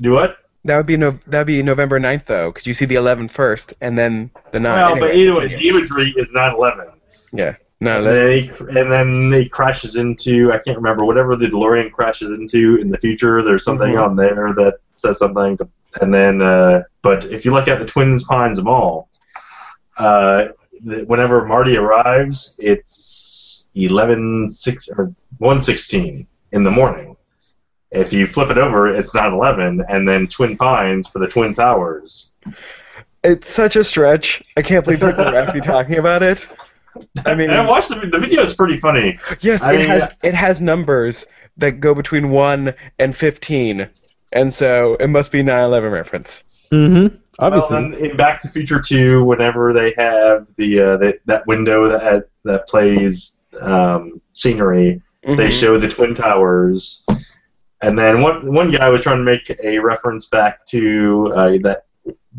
C: Do what?
A: That would be no, that would be November 9th though, because you see the 11 first and then the 9.
C: well, but
A: Anyway,
C: either way, the imagery is 9/11.
A: no,
C: And
A: that-
C: then, he, and then he crashes into I can't remember whatever the DeLorean crashes into in the future. There's something
A: Mhm.
C: on there that says something. And then, uh, but if you look at the Twins Pines Mall, uh, the, whenever Marty arrives, it's eleven six or one sixteen in the morning. If you flip it over, it's not eleven, and then Twin Pines for the Twin Towers.
A: it's such a stretch. I can't believe people are
C: [LAUGHS]
A: actually talking about it. I mean,
C: and I watched the, the video; is pretty funny.
A: yes,
C: I
A: it
C: mean,
A: has it has numbers that go between 1 and 15. And so it must be 9/11 reference.
B: Mm-hmm. Obviously.
C: Well, then in Back to the Future Two, whenever they have the uh, that that window that that plays um, scenery, they
A: Mhm.
C: show the twin towers, and then one one guy was trying to make a reference back to uh, that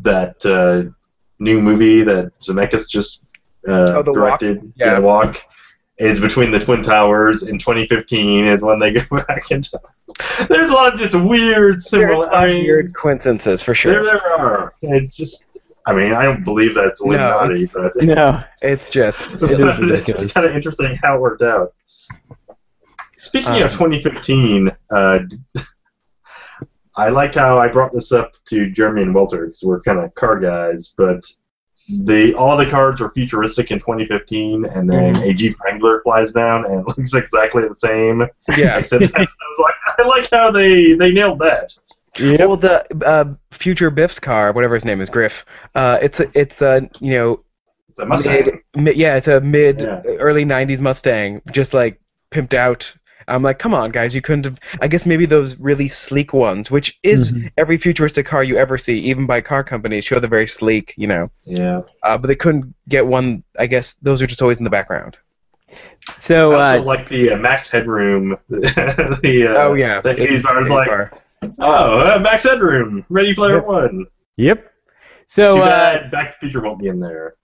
C: that uh, new movie that Zemeckis just uh,
A: Oh, The Walk?
C: directed,
A: Yeah.
C: The Walk. Is between the Twin Towers in 2015 is when they go [LAUGHS] back in time. There's a lot of just weird
A: There's
C: similar.
A: some
C: I mean,
A: weird coincidences for
C: there,
A: sure.
C: there are. It's just. I mean, I don't believe that's
A: No,
C: Illuminati,
A: it's- [LAUGHS]
C: but
B: no.
A: It's just
B: is
C: [LAUGHS] it's
B: ridiculous.
C: kind of interesting how it worked out. Speaking
A: Um,
C: of 2015, uh, d- [LAUGHS] I like how I brought this up to Jeremy and Welter because we're kind of card guys, but the all the cards were futuristic in 2015, and then
A: Mm.
C: a Jeep Wrangler flies down and [LAUGHS] looks exactly the same.
A: yeah.
C: Except
A: [LAUGHS]
C: I was like, I like how they they nailed that.
B: Yep.
A: Well, the uh, future Biff's car, whatever his name is, Griff. Uh, it's a, it's a, you know,
C: It's a Mustang.
A: mid, mid, yeah, it's a mid
C: Yeah.
A: early '90s Mustang, just like pimped out. I'm like, come on, guys, you couldn't have. I guess maybe those really sleek ones, which is
C: Mm-hmm.
B: Mhm.
A: every futuristic car you ever see, even by car companies, show the very sleek, you know.
C: Yeah.
A: Uh, but they couldn't get one. I guess those are just always in the background.
B: So
A: Oh,
C: I also
B: uh,
C: like the uh, Max Headroom. [LAUGHS] the, uh,
A: oh yeah,
C: The
A: It's-
C: Hayes bar is
A: Hayes
C: like,
A: bar.
C: oh, uh, Max Headroom, Ready Player
B: Yep.
C: One.
B: yep.
C: Too
B: So uh,
C: bad Back to the Future won't be in there.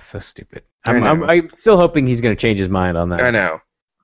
B: so stupid.
A: I
B: I'm, I'm,
A: know.
B: I'm still hoping he's going to change his mind on that.
A: I know.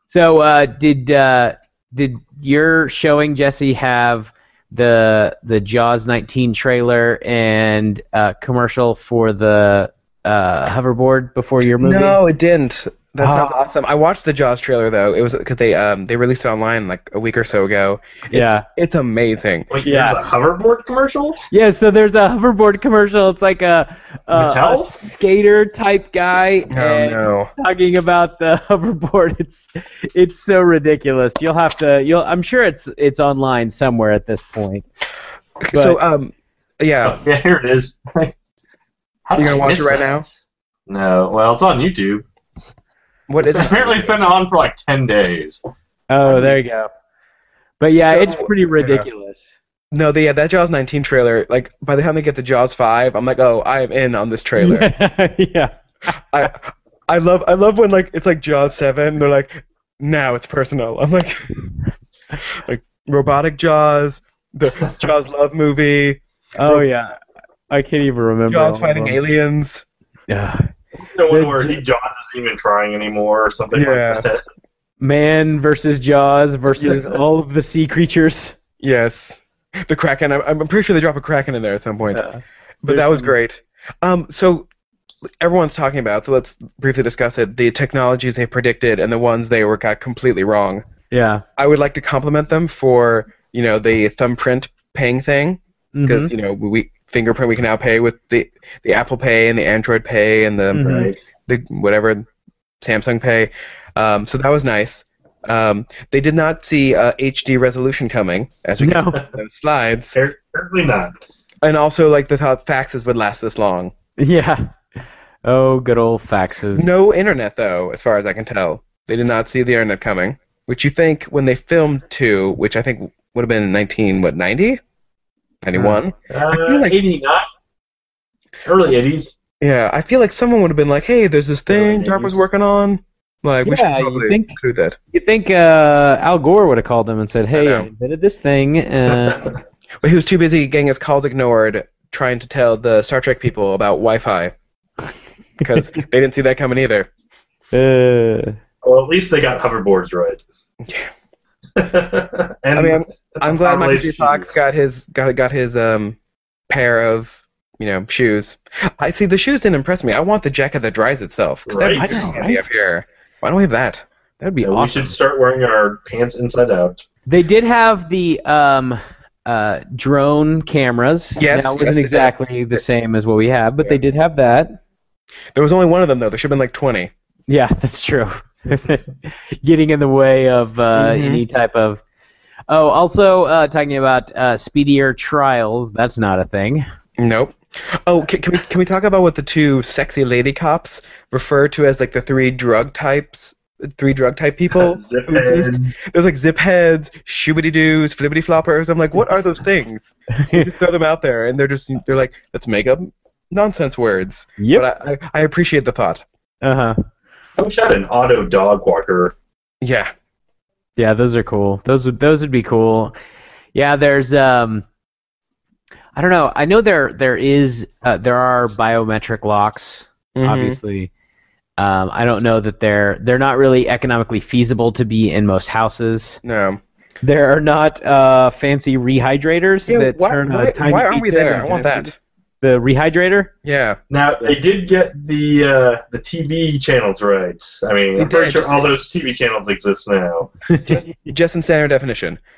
B: So uh, did uh, did your showing Jesse have the the Jaws 19 trailer and uh, commercial for the uh, hoverboard before your movie?
A: No, it didn't. That
B: Ah.
A: sounds awesome. I watched the Jaws trailer though. It was because they um they released it online like a week or so ago. It's,
B: Yeah.
A: it's amazing.
C: Wait,
B: Yeah.
C: there's a hoverboard commercial?
B: Yeah, so there's a hoverboard commercial. It's like a, a,
C: Mattel?
B: a skater type guy
A: Oh
B: and
A: no!
B: talking about the [LAUGHS] hoverboard. It's it's so ridiculous. You'll have to. You'll. I'm sure it's it's online somewhere at this point.
A: so um, yeah,
C: Oh, [LAUGHS] yeah, here it is.
A: [LAUGHS]
C: How did
A: You gonna
C: I
A: watch
C: miss
A: it right
C: that? No, well, it's on YouTube.
A: what
C: [LAUGHS]
A: is it?
C: Apparently, it's been on for like 10 days.
B: Oh, there you go. But yeah,
A: So,
B: it's pretty
A: yeah.
B: ridiculous.
A: No, the yeah, that Jaws 19 trailer. Like by the time they get to Jaws 5, I'm like, oh, I am in on this trailer.
B: [LAUGHS] yeah.
A: I I love I love when like it's like Jaws 7. And they're like, now it's personal. I'm like, [LAUGHS] like robotic Jaws, the Jaws love movie,
B: Oh yeah. I can't even remember.
A: Jaws
B: all
A: fighting
B: of them.
A: aliens.
B: Yeah.
C: The
B: Yeah,
C: one where
B: d-
C: he Johns isn't even trying anymore or something
A: Yeah.
C: like that.
B: Man versus Jaws
A: [LAUGHS]
B: versus
A: Yeah.
B: all of the sea creatures.
A: Yes. The Kraken. I'm, I'm pretty sure they drop a Kraken in there at some point.
B: Yeah.
A: But that was great. Um, so everyone's talking about. So let's briefly discuss it. The technologies they predicted and the ones they were got completely wrong.
B: Yeah.
A: I would like to compliment them for you know the thumbprint paying thing because
B: Mhm.
A: you know we fingerprint we can now pay with the the Apple Pay and the Android Pay and the
B: Mhm.
C: Right.
A: the whatever Samsung Pay. Um, so that was nice. Um, they did not see uh, HD resolution coming as we get
B: No.
A: to those slides,
C: Apparently not.
A: and also like the thought faxes would last this long.
B: Yeah. Oh, good old faxes.
A: No internet though, as far as I can tell. They did not see the internet coming, which you think when they filmed two, which I think would have been in nineteen what ninety. 91.
C: Uh,
A: feel like-
C: 89? Early 80s.
A: Yeah, I feel like someone would have been like, "Hey, there's this thing
C: Yeah,
A: DARPA's was
C: use-
A: working on. Like, we should
B: Yeah, you
A: probably
B: think-
A: include that."
B: You think uh, Al Gore would have called them and said, "Hey,
A: know.
B: I invented this thing," and [LAUGHS] uh,
A: But he was too busy getting his calls ignored, trying to tell the Star Trek people about Wi-Fi
B: [LAUGHS]
A: because they didn't see that coming either.
B: uh,
C: Well, at least they got hoverboards right. [LAUGHS] and
A: I mean, I'm, I'm glad Michael J.
C: Relationship.
A: Fox got his got got his um pair of you know shoes. I see the shoes didn't impress me. I want the jacket that dries itself because that'd be
C: Right.
A: so
B: I know,
A: handy
B: right?
A: up here. Why don't we have that?
B: that'd be
C: yeah, we
B: awesome.
C: should start wearing our pants inside out.
B: They did have the um, uh, drone cameras.
A: Yes,
B: that
A: yes, they
B: wasn't
A: did.
B: exactly the same as what we have, but they did have that.
A: There was only one of them though. There should have been like 20.
B: Yeah, [LAUGHS] that's true. Getting in the way of uh,
A: Mhm.
B: any type of. Oh, also uh, talking about uh, speedier trials. That's not a thing.
A: Nope. Oh, can, can we can we talk about what the two sexy lady cops refer to as like the three drug types, three drug type people
C: [LAUGHS] Zip
A: who exist?
C: heads.
A: There's like zip heads, shoobity doos, flippity floppers. I'm like, what are those things? You just throw them out there, and they're just they're like, let's make up nonsense words.
B: Yep.
A: But I, I, I appreciate the thought.
B: Uh huh.
C: I wish I had an auto dog walker.
A: Yeah.
B: Yeah, those are cool. Those would those would be cool. Yeah, there's um I don't know. I know there there is uh, there are biometric locks,
A: Mm-hmm.
B: obviously. Um, I don't know that they're they're not really economically feasible to be in most houses.
A: No.
B: There are not uh, fancy rehydrators
A: Yeah,
B: that
A: why,
B: turn
A: why,
B: a tiny
A: why aren't we
B: keypad
A: there? I
B: into
A: want that.
B: The rehydrator?
A: Yeah.
C: Now they did get the uh, the TV channels right. I mean,
A: They
C: I'm pretty
A: did,
C: sure
A: just-
C: all those TV channels exist now.
A: Just in standard definition. [LAUGHS]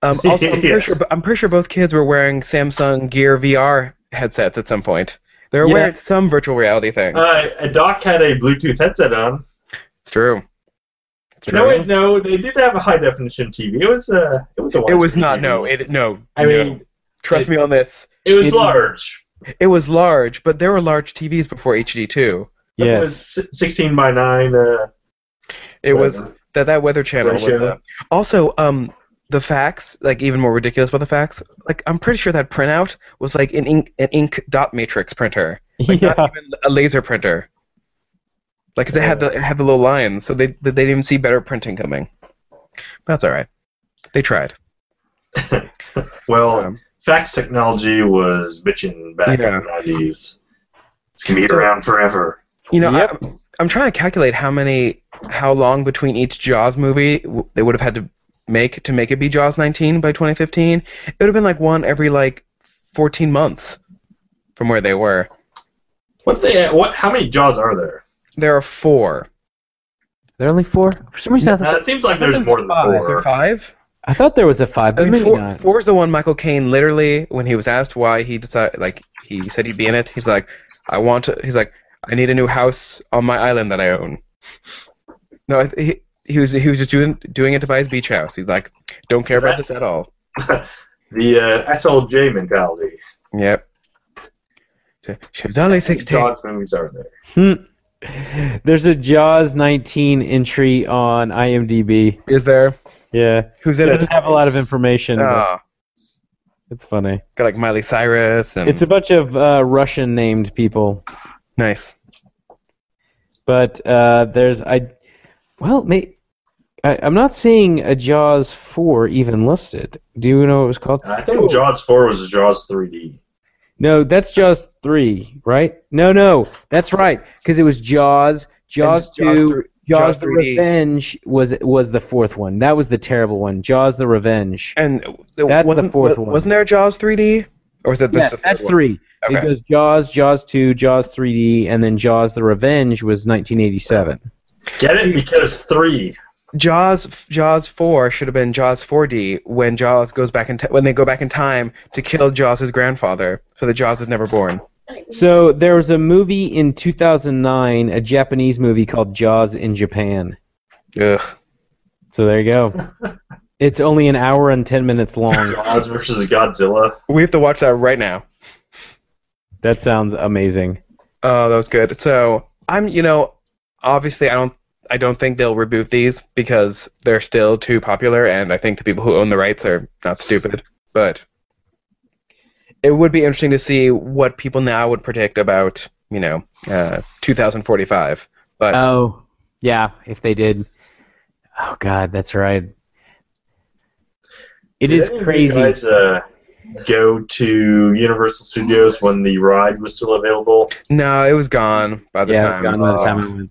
A: Um, also, I'm, pretty
C: Yes.
A: sure, I'm pretty sure both kids were wearing Samsung Gear VR headsets at some point. They were
B: Yeah.
A: wearing some virtual reality thing.
C: Uh, a doc had a Bluetooth headset on.
A: it's true. It's true.
C: No, wait, no, they did have a high definition TV. It was a it was a.
A: it was
C: widescreen
A: not.
C: TV.
A: No. It no.
C: I
A: no.
C: mean,
A: trust
C: it-
A: me on this.
C: it was
A: it-
C: large.
A: It was large, but there were large TVs before HD two.
C: It
B: Yes.
C: was si- sixteen by nine. Uh,
A: It was
C: whatever.
A: that that Weather Channel. was,
C: Ratio.
A: uh, also, um, the facts, like even more ridiculous about the facts, like I'm pretty sure that printout was like an ink an ink dot matrix printer, like
B: [LAUGHS] yeah. uh,
A: not even a laser printer. Like 'cause they had the it had the little lines, so they they didn't even see better printing coming. That's all right. They tried.
C: well,
A: Um,
C: fax technology was bitching back
A: Yeah.
C: in the nineties. It's gonna be
A: So-
C: around forever.
A: you know,
B: Yep.
A: I'm, I'm trying to calculate how many how long between each Jaws movie w- they would have had to make to make it be Jaws 19 by 2015. It would have been like one every like 14 months from where they were.
C: What they what? How many Jaws are there?
A: There are four.
B: There are only four? For some reason, I,
C: Uh,
B: thought,
C: it seems like there's more than
A: Is there
C: four.
A: five?
B: I thought there was a five,
A: I
B: but
A: mean,
B: maybe
A: four,
B: not.
A: four is the one Michael Caine literally, when he was asked why he decided, like, he said he'd be in it. He's like, I want to, he's like, I need a new house on my island that I own. No, I th- he, he was he was just doing doing it to buy his beach house. He's like, don't care about this at all.
C: The uh, SLJ mentality.
A: Yep. She was only sixteen.
C: Jaws movies are there.
B: There's a Jaws 19 entry on IMDb.
A: Is there?
B: Yeah,
A: Who's
B: it
A: in it?
B: doesn't have a lot of information. but
A: Ah,
B: it's funny.
A: got like Miley Cyrus and
B: It's a bunch of uh, Russian named people,
A: nice.
B: but uh, there's I. Well, may, I, I'm not seeing a Jaws 4 even listed. Do you know what it was called?
A: Uh,
C: I think Jaws four was Jaws 3D.
B: No, that's Jaws 3, right? No, no, that's right, because it was Jaws, Jaws
A: And
B: 2, Jaws,
A: three- Jaws
B: the
A: 3D.
B: Revenge was was the fourth one. That was the terrible one, Jaws the Revenge.
A: And
B: the
A: wasn't,
B: fourth
A: wa-
B: one.
A: Wasn't there Jaws 3D? Or was that this
B: Yes,
A: the third
B: that's
A: one?
B: three.
A: Okay.
B: It goes Jaws, Jaws 2, Jaws 3D, and then Jaws the Revenge was 1987.
C: Get it? Because three.
A: Jaws Jaws 4 should have been Jaws 4D when Jaws goes back in t- when they go back in time to kill Jaws' grandfather so that Jaws is never born.
B: So there was a movie in 2009, a Japanese movie called Jaws in Japan.
A: Ugh.
B: So there
C: [LAUGHS]
B: you go. it's only an hour and 10 minutes long.
C: Jaws versus Godzilla.
A: We have to watch that right now.
B: that sounds amazing.
A: Oh, that was good. So I'm, you know, obviously I don't, I don't think they'll reboot these because they're still too popular, and I think the people who own the rights are not stupid. But it would be interesting to see what people now would predict about, you know, uh, 2045. But
B: Oh, yeah, if they did. Oh, God, that's right. It
C: Did
B: is
C: any of you
B: crazy.
C: guys, uh, go to Universal Studios when the ride was still available.
A: no, it was gone by the
B: yeah,
A: time.
B: it's gone by the time I
C: uh,
B: went.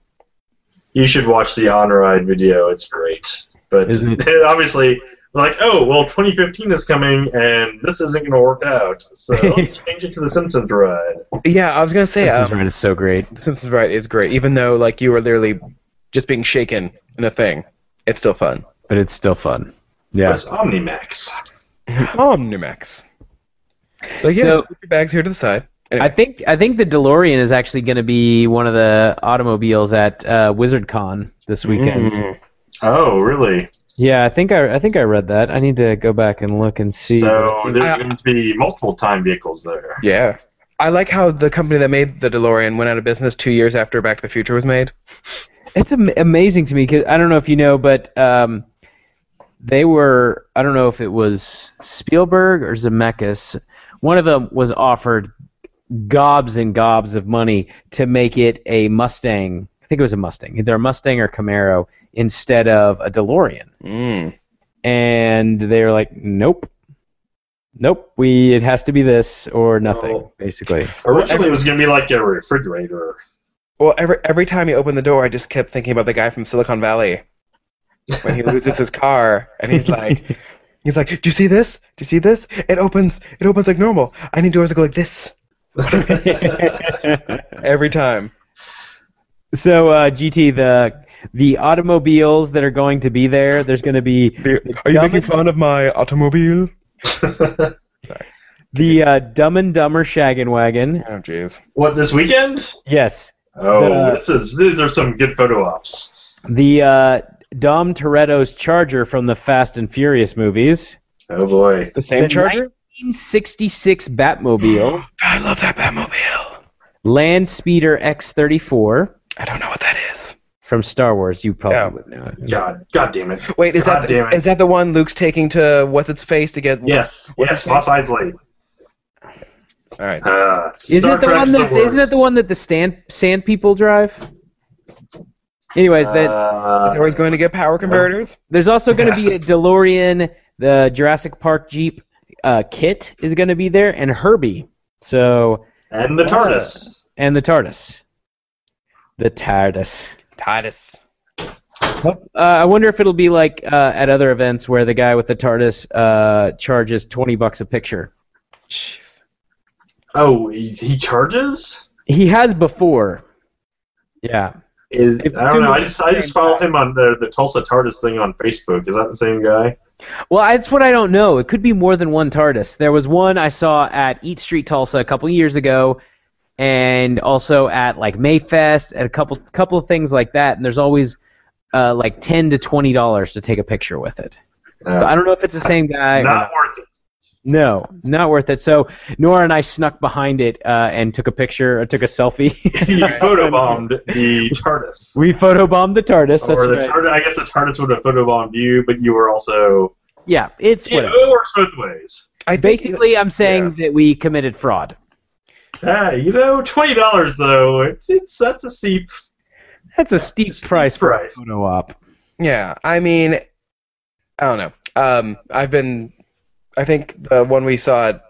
C: You should watch the on ride video. It's great. But
B: Isn't
C: [LAUGHS] obviously, like, oh, well, 2015 is coming, and this isn't going to work out.
B: [LAUGHS]
C: So let's change it to the Simpsons ride.
A: Yeah, I was gonna say
B: This is
A: um,
B: right, it's so great.
A: the Simpsons right is great, even though like you were literally just being shaken in a thing. It's still
B: [LAUGHS]
A: fun.
B: but it's still fun.
C: But
B: Yeah.
C: It's Omnimax.
A: Oh, Omnimax. Like, yeah,
B: So-
A: just put your bags here to the side.
B: I think I think the DeLorean is actually going to be one of the automobiles at uh, WizardCon this weekend.
A: Mm.
C: Oh, really?
B: Yeah, I think I I think I read that. I need to go back and look and see.
C: So there's
A: I-
C: going to be multiple time vehicles there.
A: Yeah. I like how the company that made the DeLorean went out of business two years after Back to the Future was made.
B: It's am- amazing to me because I don't know if you know, but um, they were I don't know if it was Spielberg or Zemeckis. One of them was offered gobs and gobs of money to make it a Mustang. I think it was a Mustang, either a Mustang or Camaro instead of a DeLorean.
A: Mm.
B: and they were like, "Nope, nope, we it has to be this or nothing."
C: Oh.
B: Basically,
C: Originally, it was going to be like a refrigerator.
B: [LAUGHS]
A: Well, every every time you open the door, I just kept thinking about the guy from Silicon Valley when he loses his car, and he's like, he's like, "Do you see this? Do you see this? It opens, it opens like normal. I need doors that go like this every time."
B: so uh, GT the the automobiles that are going to be there. There's going to be
A: are you making
B: dumbest-
A: fun of my automobile?
B: the uh, Dumb and Dumber Shaggin' Wagon.
A: Oh, jeez.
C: what, this weekend?
B: Yes,
C: Oh,
B: The-
C: this is these are some good photo ops.
B: the uh, Dom Toretto's Charger from the Fast and Furious movies.
C: Oh boy.
A: The same
B: The
A: charger?
B: 1966 Batmobile,
A: [GASPS] I love that Batmobile.
B: Land Speeder X34
A: I don't know what that is.
B: from Star Wars. You probably
A: Yeah.
B: would know it.
C: God, God damn it.
A: Wait, is
C: God
A: that
C: damn it.
A: is that the one Luke's taking to what's its face to get?
C: Yes,
A: What's
C: yes,
A: his name?
C: Moss Isley.
A: All right.
C: Uh,
B: Isn't
C: Star
B: it the
C: Trek's
B: one that
C: worst.
B: isn't it the one that the sand sand people drive? Anyways, that
C: Uh,
A: Is always going to get power converters.
B: there's also going to be a DeLorean, the Jurassic Park Jeep uh, kit is going to be there, and Herbie. So
C: and the TARDIS.
B: and the TARDIS, the TARDIS.
A: Titus.
B: Uh, I wonder if it'll be like uh, at other events where the guy with the TARDIS uh, charges twenty bucks a picture.
A: Jeez.
C: Oh, he, he charges?
B: He has before. Yeah.
C: Is
B: If
C: I don't know.
B: two-
C: I just I just follow him on the the Tulsa TARDIS thing on Facebook. Is that the same guy?
B: Well, that's what I don't know. It could be more than one TARDIS. There was one I saw at Eat Street Tulsa a couple years ago, and also at like Mayfest, at a couple couple of things like that. And there's always uh, like ten to twenty dollars to take a picture with it. So
C: Uh,
B: I don't know if it's the same guy. or
C: not worth it.
B: No, not worth it. So Nora and I snuck behind it uh, and took a picture, or took a selfie. [LAUGHS]
C: He [LAUGHS] photobombed the TARDIS.
B: we photobombed the TARDIS. That's
C: or the
B: right.
C: TARDIS. I guess the TARDIS would have photobombed you, but you were also.
B: yeah, it's
C: It,
B: whatever.
C: it works both ways.
A: I think-
B: Basically, I'm saying that we committed fraud.
C: Ah, you know, twenty dollars though. It's, it's that's a steep
B: That's a steep,
C: Steep
B: price for a
C: price.
B: photo op.
A: Yeah. I mean, I don't know. Um, I've been. I think the one we saw at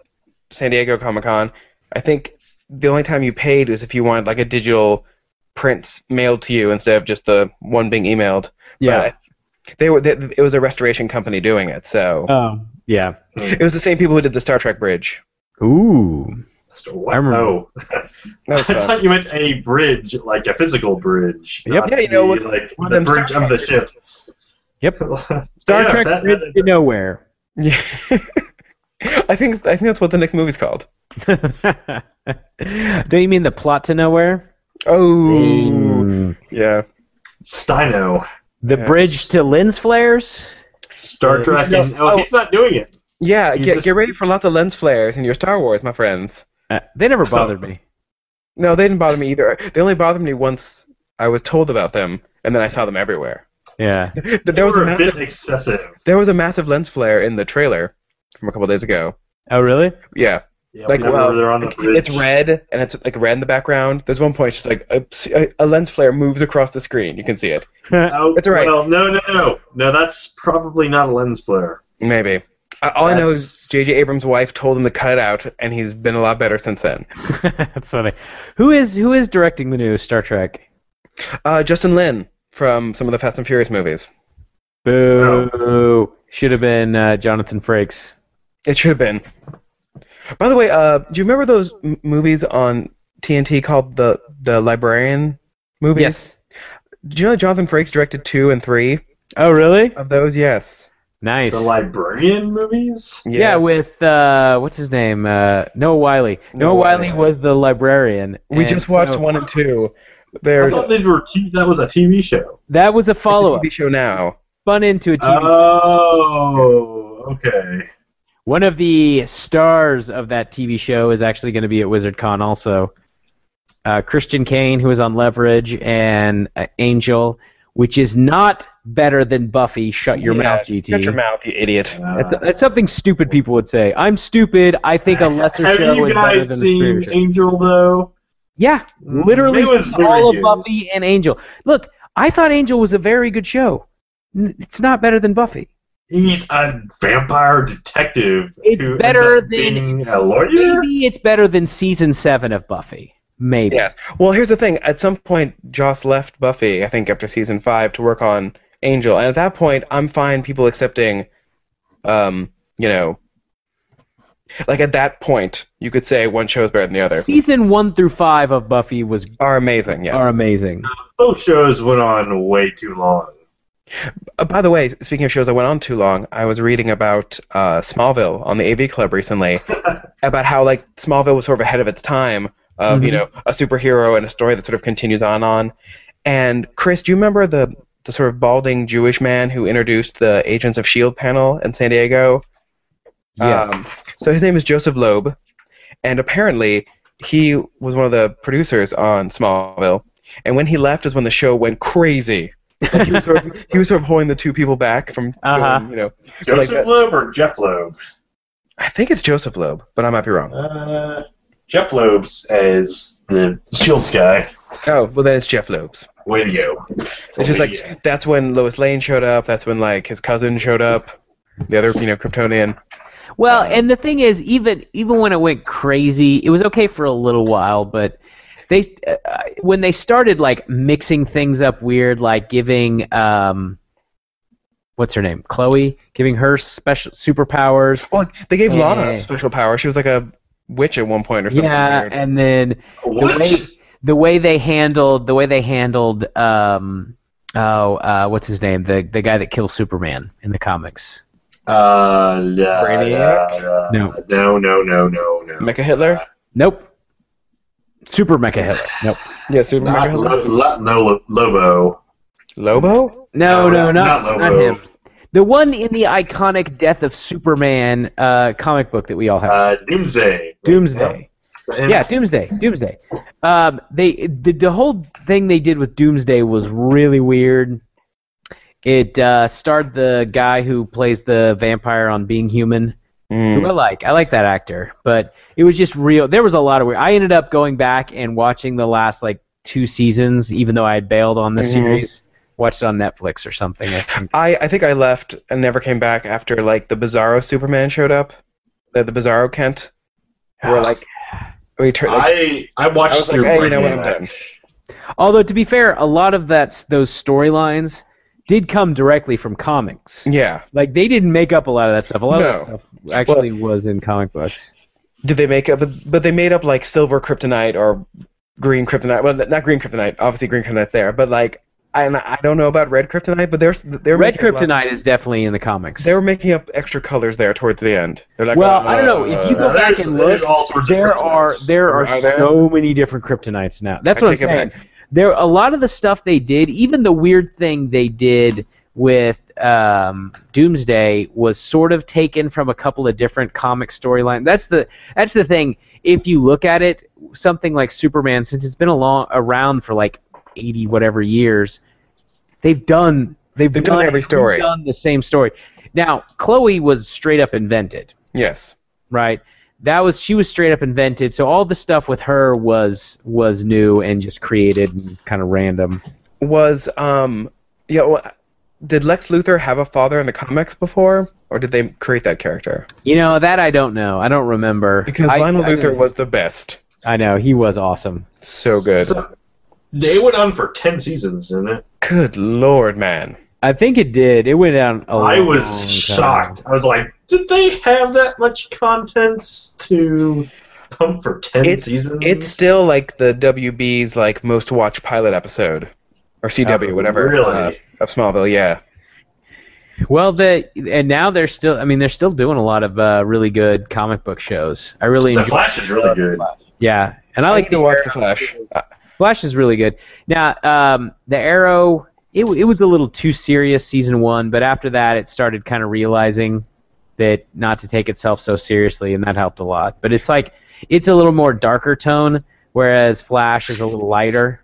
A: San Diego Comic Con. I think the only time you paid was if you wanted like a digital print mailed to you instead of just the one being emailed.
B: Yeah.
A: But I- they were. They, it was a restoration company doing it, so
B: Oh, yeah.
A: it was the same people who did the Star Trek bridge.
B: Ooh.
C: What?
B: I remember.
C: Oh,
A: No,
C: [LAUGHS] I
A: it's fine.
C: thought you meant a bridge, like a physical bridge.
B: Yep.
C: not
A: Yeah, you know,
C: the,
A: what-
C: like
A: what
C: the
A: I'm
C: bridge
A: talking
C: of the
A: about.
C: ship.
B: Yep.
C: [LAUGHS]
B: Star
C: Yeah,
B: Trek
C: that-
B: Bridge
C: that-
B: to Nowhere.
A: [LAUGHS]
B: [LAUGHS]
A: Yeah. I think I think that's what the next movie's called.
B: Don't you mean the plot to nowhere?
A: Oh,
B: Mm.
A: yeah.
C: Steino.
B: The
A: Yeah.
B: bridge to lens flares?
C: Star
B: Uh,
C: Trek.
A: no,
C: and, oh,
A: oh.
C: he's not doing it.
A: Yeah,
C: You
A: get,
C: just-
A: get ready for lots of lens flares in your Star Wars, my friends.
B: Uh, they
C: Oh.
B: never bothered me.
A: No, they didn't bother me either. They only bothered me once I was told about them, and then I saw them everywhere. [LAUGHS]
B: Yeah.
A: Th-
C: They
A: There was
C: were
A: a
C: a
A: massive,
C: bit excessive.
A: there was a massive lens flare in the trailer from a couple days ago.
B: Oh, really? [LAUGHS]
A: Yeah,
C: Yeah,
A: Like,
C: whenever
A: well,
C: they're on the
A: Like,
C: bridge.
A: it's red and it's like red in the background. There's one point, it's just like a, a- a lens flare moves across the screen. You can see it.
C: Oh,
A: That's all right.
C: Well, no, no, no, no. That's probably not a lens flare.
A: Maybe. Uh, All I know is
C: That's-
A: J.J. Abrams' wife told him to cut it out, and he's been a lot better since then.
B: That's funny. Who is who is directing the new Star Trek?
A: Uh, Justin Lin from some of the Fast and Furious movies.
B: Boo. Should have been uh, Jonathan Frakes.
A: It should have been. By the way, uh, do you remember those m- movies on TNT called the the Librarian movies?
B: Yes.
A: Do you know that Jonathan Frakes directed two and three
B: Oh, really?
A: of those? Yes.
B: Nice.
C: The librarian movies.
B: Yeah,
A: Yes.
B: with uh, what's his name? Uh, Noah Wiley.
A: Noah
B: Noah, Wiley
A: Wiley.
B: was the librarian.
A: we
B: and
A: just watched
B: so-
A: one and two.
C: I
A: There's
C: thought these were t- that was a TV show.
B: That was a follow up.
A: It's a TV show now.
B: Spun into a
A: Uh.
B: TV.
C: Oh, okay.
B: one of the stars of that TV show is actually going to be at WizardCon also. Uh, Christian Kane, who was on Leverage, and uh, Angel, which is not better than Buffy. Shut your
A: Yeah,
B: mouth, E GT.
A: Shut your mouth, you idiot.
C: Uh,
B: That's, that's something stupid people would say. I'm stupid. I think a lesser
C: have
B: show
C: you
B: is better
C: guys
B: than the
C: seen
B: superior show.
C: Angel though?
B: Yeah,
A: Mm.
B: literally
C: It was very
B: all
C: good.
B: of Buffy and Angel. Look, I thought Angel was a very good show. N- It's not better than Buffy.
C: He's a vampire detective.
B: It's
C: who
B: better
C: ends up
B: than-
C: being a lawyer.
B: Maybe it's better than season seven of Buffy. Maybe.
A: Yeah. Well, here's the thing. At some point, Joss left Buffy, I think, after season five to work on Angel. And at that point, I'm fine people accepting, um, you know, like at that point, you could say one show is better than the other.
B: Season one through five of Buffy was
A: Are amazing, yes.
B: are amazing.
C: Both shows went on way too long.
A: Uh, by the way, speaking of shows that went on too long, I was reading about uh, Smallville on the AV Club recently, about how like Smallville was sort of ahead of its time of you
B: Mhm.
A: know a superhero and a story that sort of continues on and on. And Chris, do you remember the the sort of balding Jewish man who introduced the Agents of Shield E panel in San Diego?
B: Yeah.
A: Um, so his name is Joseph Loeb, and apparently he was one of the producers on Smallville. And when he left is when the show went crazy. Like, he was sort of [LAUGHS] he was sort of holding the two people back from
B: Uh-huh.
A: doing, you know. Like
C: Joseph
A: that-
C: Loeb or Jeff Loeb?
A: I think it's Joseph Loeb, but I might be
B: Uh-huh.
A: wrong.
C: Uh, Jeff Loeb's as the Shield guy.
A: Oh, well then it's Jeff Loeb's.
C: Way to go.
A: It's just like that's when Lois Lane showed up. That's when like his cousin showed up, the other you know Kryptonian.
B: Well, and the thing is, even even when it went crazy, it was okay for a little while. But they uh, uh, when they started like mixing things up weird, like giving um, what's her name, Chloe, giving her special superpowers.
A: Well, they gave
B: Yeah.
A: Lana special power. She was like a witch at one point or something.
B: Yeah,
A: weird.
B: and then
C: what?
B: the way the way they handled the way they handled um, oh uh, what's his name the the guy that kills Superman in the comics.
C: Uh, yeah,
A: Brainiac?
C: yeah, yeah.
B: No.
C: no, no, no, no, no.
A: Mecha Hitler.
B: Nope. Super Mecha [SIGHS] Hitler. Nope.
A: Yeah, Super Mecha
C: Not
A: Hitler.
C: Lo- Lo- no, Lobo.
A: Lobo.
B: No, no,
C: Uh,
B: not,
C: not
B: not,
C: Lobo.
B: him. The one in the iconic Death of Superman uh, comic book that we all have.
C: Uh, Doomsday.
B: Doomsday. Yeah, Doomsday. Doomsday. Um, they the, the whole thing they did with Doomsday was really weird. It uh, starred the guy who plays the vampire on Being Human, who I
A: Mm.
B: like. I like that actor, but it was just real. There was a lot of weird. I ended up going back and watching the last like two seasons, even though I had bailed on the
A: Mhm.
B: series. Watched it on Netflix or something.
A: [LAUGHS]
B: I think.
A: I I think I left and never came back after like the Bizarro Superman showed up. The, the Bizarro Kent. Where like we turn. Like,
C: I I
A: I
C: watched
A: was like,
C: through.
A: hey, you know what? I'm
C: Brainiac.
A: done.
B: [SIGHS] Although to be fair, a lot of that those storylines did come directly from comics.
A: Yeah.
B: Like they didn't make up a lot of that stuff. A lot
A: No.
B: of that stuff actually was in comic books.
A: did they make up? But they made up like silver kryptonite or green kryptonite. Well, not green kryptonite. Obviously, green kryptonite's there, but like I, and I don't know about red kryptonite, but there's they're
B: Red
A: making up a lot-
B: Kryptonite is definitely in the comics.
A: They were making up extra colors there towards the end. They're like,
B: Well,
A: oh,
B: I don't know. If you go
C: Uh,
B: back
C: there's-
B: and
C: there's
B: look,
C: all sorts of
B: there are
C: kryptonites.
B: there are,
A: Are there?
B: so many different kryptonites now. That's
A: I
B: what I'm
A: take it
B: saying.
A: back.
B: There a lot of the stuff they did, even the weird thing they did with um, Doomsday was sort of taken from a couple of different comic storylines. That's the that's the thing. If you look at it, something like Superman, since it's been a long, around for like eighty whatever years, they've done they've,
A: They've done every story.
B: done the same story. Now Chloe was straight up invented
A: Yes.
B: right? That was she was straight up invented. So all the stuff with her was was new and just created and kind of random.
A: Was um yeah. Well, did Lex Luthor have a father in the comics before, or did they create that character?
B: You know that I don't know. I don't remember
A: Because
B: I,
A: Lionel
B: I-
A: Luthor was the best.
B: I know he was awesome.
A: So good.
C: So, they went on for ten seasons, didn't it?
A: good lord, man.
B: I think it did. It went down. A
C: I
B: long
C: was
B: time.
C: shocked. I was like, did they have that much content to pump for ten
A: It's-
C: seasons?
A: It's still like the WB's like most watched pilot episode, or CW,
B: Oh,
A: whatever.
C: really?
A: uh, of Smallville, yeah.
B: Well, the and now they're still. I mean, they're still doing a lot of uh, really good comic book shows. I really
C: the
B: enjoy.
C: Flash is really good.
B: Yeah, and I
A: I
B: like
A: like to watch The Flash. Uh,
B: Flash is really good. Now, um, the Arrow, it, it was a little too serious season one, but after that, it started kind of realizing that not to take itself so seriously, and that helped a lot. But it's like it's a little more darker tone, whereas Flash is a little lighter.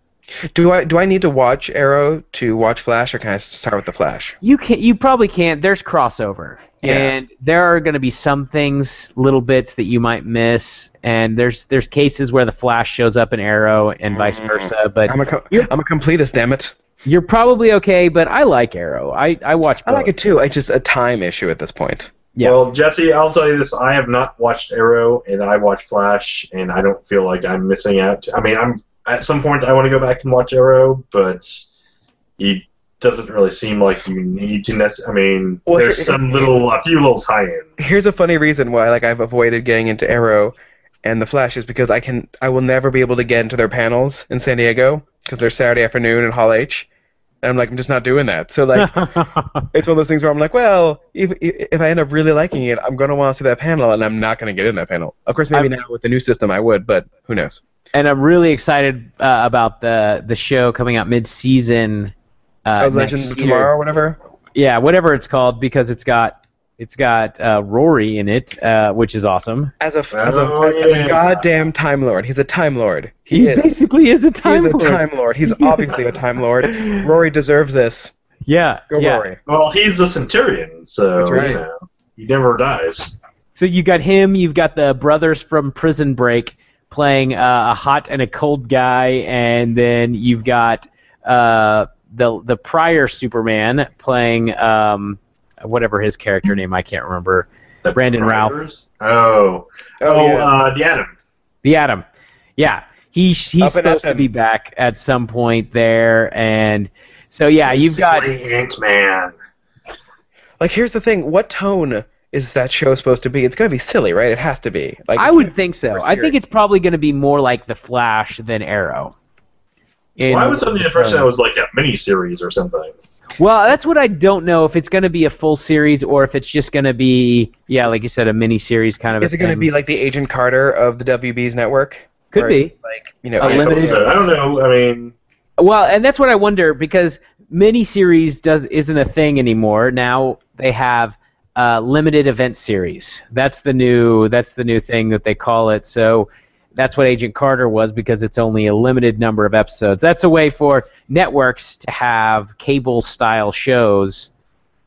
A: Do I do I need to watch Arrow to watch Flash, or can I start with The Flash?
B: You can you probably can't. There's crossover,
A: Yeah.
B: and there are going to be some things, little bits that you might miss, and there's there's cases where the Flash shows up in Arrow and vice
A: Mm.
B: versa. But
A: I'm a co-
B: You're-
A: I'm a completist, damn it.
B: you're probably okay. But I like Arrow. I I watch.
A: I
B: both.
A: like it too. It's just a time issue at this point.
B: Yeah.
C: Well, Jesse, I'll tell you this: I have not watched Arrow, and I watch Flash, and I don't feel like I'm missing out. I mean, I'm at some point I want to go back and watch Arrow, but it doesn't really seem like you need to. Nec- I mean,
A: Well,
C: there's
A: here-
C: some little, a few
A: [LAUGHS]
C: little tie-ins.
A: Here's a funny reason why like I've avoided getting into Arrow and The Flash is because I can I will never be able to get into their panels in San Diego because they're Saturday afternoon in Hall H. And I'm like, I'm just not doing that. So like, it's one of those things where I'm like, well, if if I end up really liking it, I'm gonna want to see that panel, and I'm not gonna get in that panel. Of course, maybe
B: I'm-
A: now with the new system, I would, but who knows?
B: and I'm really excited uh, about the the show coming out mid season.
A: Oh,
B: Uh, next
A: Legends of
B: year.
A: Tomorrow, or whatever.
B: Yeah, whatever it's called, because it's got it's got uh, Rory in it, uh, which is awesome.
A: As a f- as a,
C: Oh,
A: as, as a
C: yeah.
A: goddamn time lord, he's a time lord. He is.
B: basically is a time
A: he's
B: lord.
A: a time lord. He's obviously a time lord. Rory deserves this.
B: Yeah,
A: Go
B: yeah.
A: Rory.
C: Well, he's a Centurion, so
A: That's right.
C: you know, he never dies.
B: So you got him. You've got the brothers from Prison Break playing uh, a hot and a cold guy, and then you've got uh, the the prior Superman playing um, whatever his character name I can't remember.
C: The
B: Brandon Ralph.
C: Riders? Oh, oh, uh, the Atom.
B: The Atom. Yeah, he he's
A: Up and
B: supposed to
A: Atom.
B: be back at some point there, and so yeah, you've got
C: Ant Man.
A: Like here's the thing. What tone is that show supposed to be? It's gonna be silly, right? It has to be. Like
B: I would think so.
A: For
B: I think
A: series.
B: it's probably going to be more like The Flash than Arrow. In-
C: Well, I was under the impression that was like a mini series or something.
B: Well, that's what I don't know if it's going to be a full series or if it's just going to be yeah, like you said, a mini series kind of.
A: Is
B: a
A: it gonna
B: thing.
A: be like the Agent Carter of the WB's network?
B: Could
A: or
B: be.
A: Like you know,
B: A
C: I hope
B: limited-
C: so. I don't know. I mean,
B: Well, and that's what I wonder because miniseries does isn't a thing anymore. Now they have uh, limited event series. That's the new that's the new thing that they call it. So that's what Agent Carter was because it's only a limited number of episodes. That's a way for networks to have cable style shows,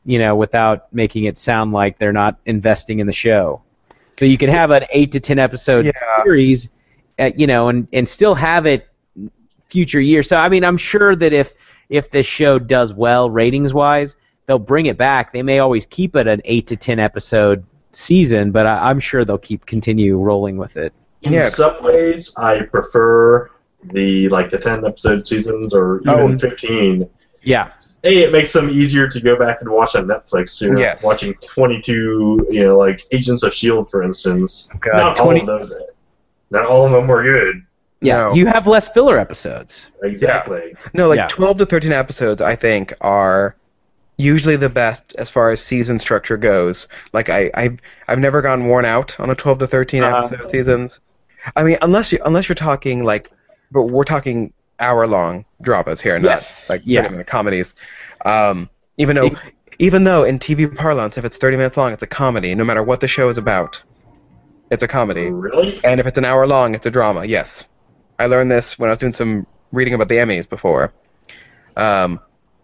B: you know, without making it sound like they're not investing in the show. So you can have an eight to ten episode
A: Yeah.
B: series, uh, you know, and and still have it future year. So I mean, I'm sure that if if this show does well ratings wise, they'll bring it back. They may always keep it an eight to ten episode season, but I, I'm sure they'll keep continue rolling with it.
C: in
A: Yeah.
C: some ways, I prefer the like the ten episode seasons or even
B: Oh.
C: fifteen
B: Yeah.
C: A, it makes them easier to go back and watch on Netflix. So you're
A: Yes.
C: watching 22, you know, like Agents of S.H.I.E.L.D., E for instance.
A: God,
C: not
B: 20
C: all of those. Not all of them were good.
B: Yeah.
A: No.
B: You have less filler episodes.
C: Exactly.
A: No, like
B: Yeah.
A: 12 to 13 episodes, I think, are usually the best as far as season structure goes. Like, I, I've, I've never gotten worn out on a 12 to 13
C: Uh-huh.
A: episode seasons. I mean, unless, you, unless you're talking, like, but we're talking hour long dramas here, not
B: Yes,
A: like
B: yeah.
A: 30 minute comedies. Um, even though.
B: It-
A: even though in TV parlance, if it's 30 minutes long, it's a comedy. No matter what the show is about, it's a comedy.
C: Really?
A: And if it's an hour long, it's a drama. Yes, I learned this when I was doing some reading about the Emmys before. Um,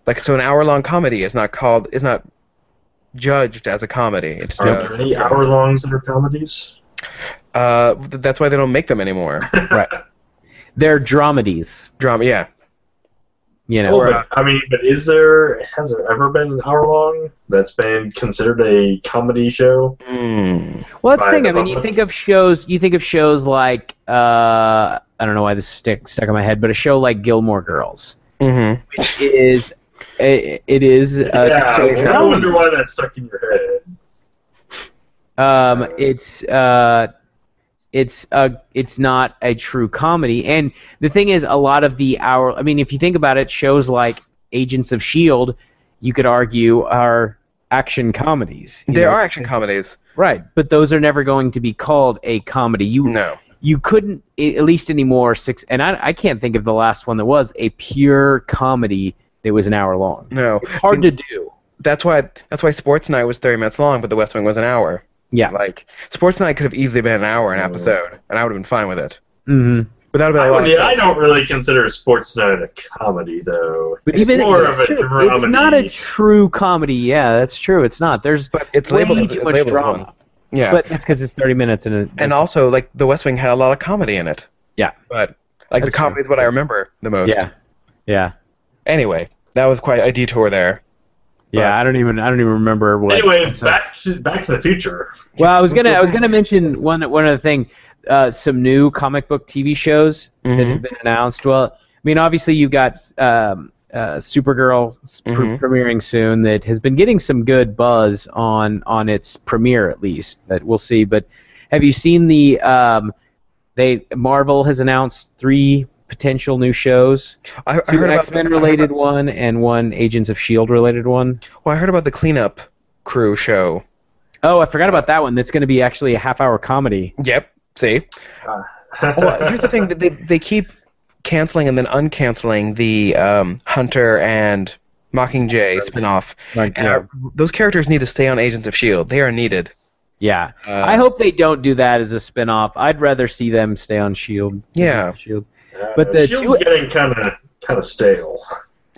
A: like so, an hour long comedy is not called is not judged as a comedy. It's
C: Are there
A: judged.
C: any hour longs that are comedies?
A: Uh, th- that's why they don't make them
B: [LAUGHS]
A: anymore.
B: They're dramedies.
A: drama. Yeah,
B: You know.
C: Oh, but, I mean, but is there has there ever been an hour long that's been considered a comedy show?
A: mm.
B: Well, that's the
C: by
B: thing.
C: the
B: I mean, you
C: public.
B: think of shows. You think of shows like uh, I don't know why this stick stuck in my head, but a show like Gilmore Girls,
A: mm-hmm.
B: which is it, it is uh,
C: yeah,
B: it's a
C: I
B: comedy.
C: wonder why that stuck in your head.
B: Um, it's uh, it's a it's not a true comedy, and the thing is, a lot of the hour. I mean, if you think about it, shows like Agents of Shield, E you could argue are action comedies. you
A: There
B: know?
A: are action comedies.
B: right, but those are never going to be called a comedy. You
A: No.
B: you couldn't a- at least anymore six, and I I can't think of the last one that was a pure comedy that was an hour long.
A: No,
B: Hard to do.
A: that's why that's why Sports Night was thirty minutes long, but The West Wing was an hour.
B: Yeah.
A: Like Sports Night could have easily been an hour an
C: Mm.
A: episode, and I would have been fine with it.
B: hmm
A: But that would have
C: I,
A: been a
C: would,
A: lot.
C: I don't really consider Sports Night a comedy, though.
B: But
A: It's
B: even
C: more of a
B: it's not a
C: dramedy.
B: true comedy. Yeah, that's true. It's not. There's
A: But it's
B: way
A: labeled as,
B: too
A: it's
B: much
A: labeled as
B: drama.
A: one. Yeah.
B: But that's because it's 30 minutes and it,
A: and also, like The West Wing had a lot of comedy in it.
B: Yeah.
A: But like
B: That's
A: the comedy
B: true.
A: is what I remember the most.
B: yeah, yeah,
A: Anyway, that was quite a detour there.
B: yeah.
A: But-
B: I don't even I don't even remember what.
C: Anyway,
B: so-
C: back to Back to the Future.
B: well, I was
A: Let's
B: gonna
A: go
B: I was
A: back.
B: gonna mention one one other thing. Uh, some new comic book TV shows that
A: Mhm.
B: have been announced. Well, I mean, obviously you've got um, uh, Supergirl s- pre-
A: Mhm.
B: premiering soon that has been getting some good buzz on on its premiere at least, but we'll see. But have you seen the um, they Marvel has announced three potential new shows
A: I, I
B: two
A: heard about
B: X-Men
A: I heard
B: related one and one Agents of Shield E related one.
A: about- well, I heard about the cleanup crew show.
B: Oh, I forgot about that one. That's going to be actually a half-hour comedy.
A: Yep. See.
B: Oh,
A: Well, here's the
C: [LAUGHS]
A: thing that they they keep canceling and then uncanceling the um, Hunter and Mockingjay spinoff.
B: Like,
A: And our- those characters need to stay on Agents of Shield. E They are needed.
B: yeah.
A: Uh,
B: I hope they don't do that as a spin-off. I'd rather see them stay on Shield.
A: Yeah.
B: Shield.
C: Uh,
B: But the
C: Shield's
B: two-
C: getting kind of kind of stale.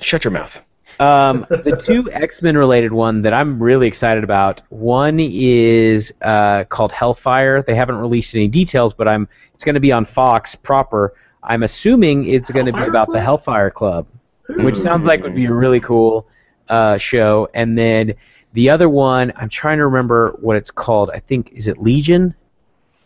A: Shut your mouth.
B: Um, the two X-Men related one that I'm really excited about. One is uh, called Hellfire. They haven't released any details, but I'm it's going to be on Fox proper. I'm assuming it's going to be
C: Hellfire
B: about the
C: Club? Hmm.
B: Hellfire Club. which sounds like would be a really cool uh, show. And then the other one, I'm trying to remember what it's called. I think is it Legion?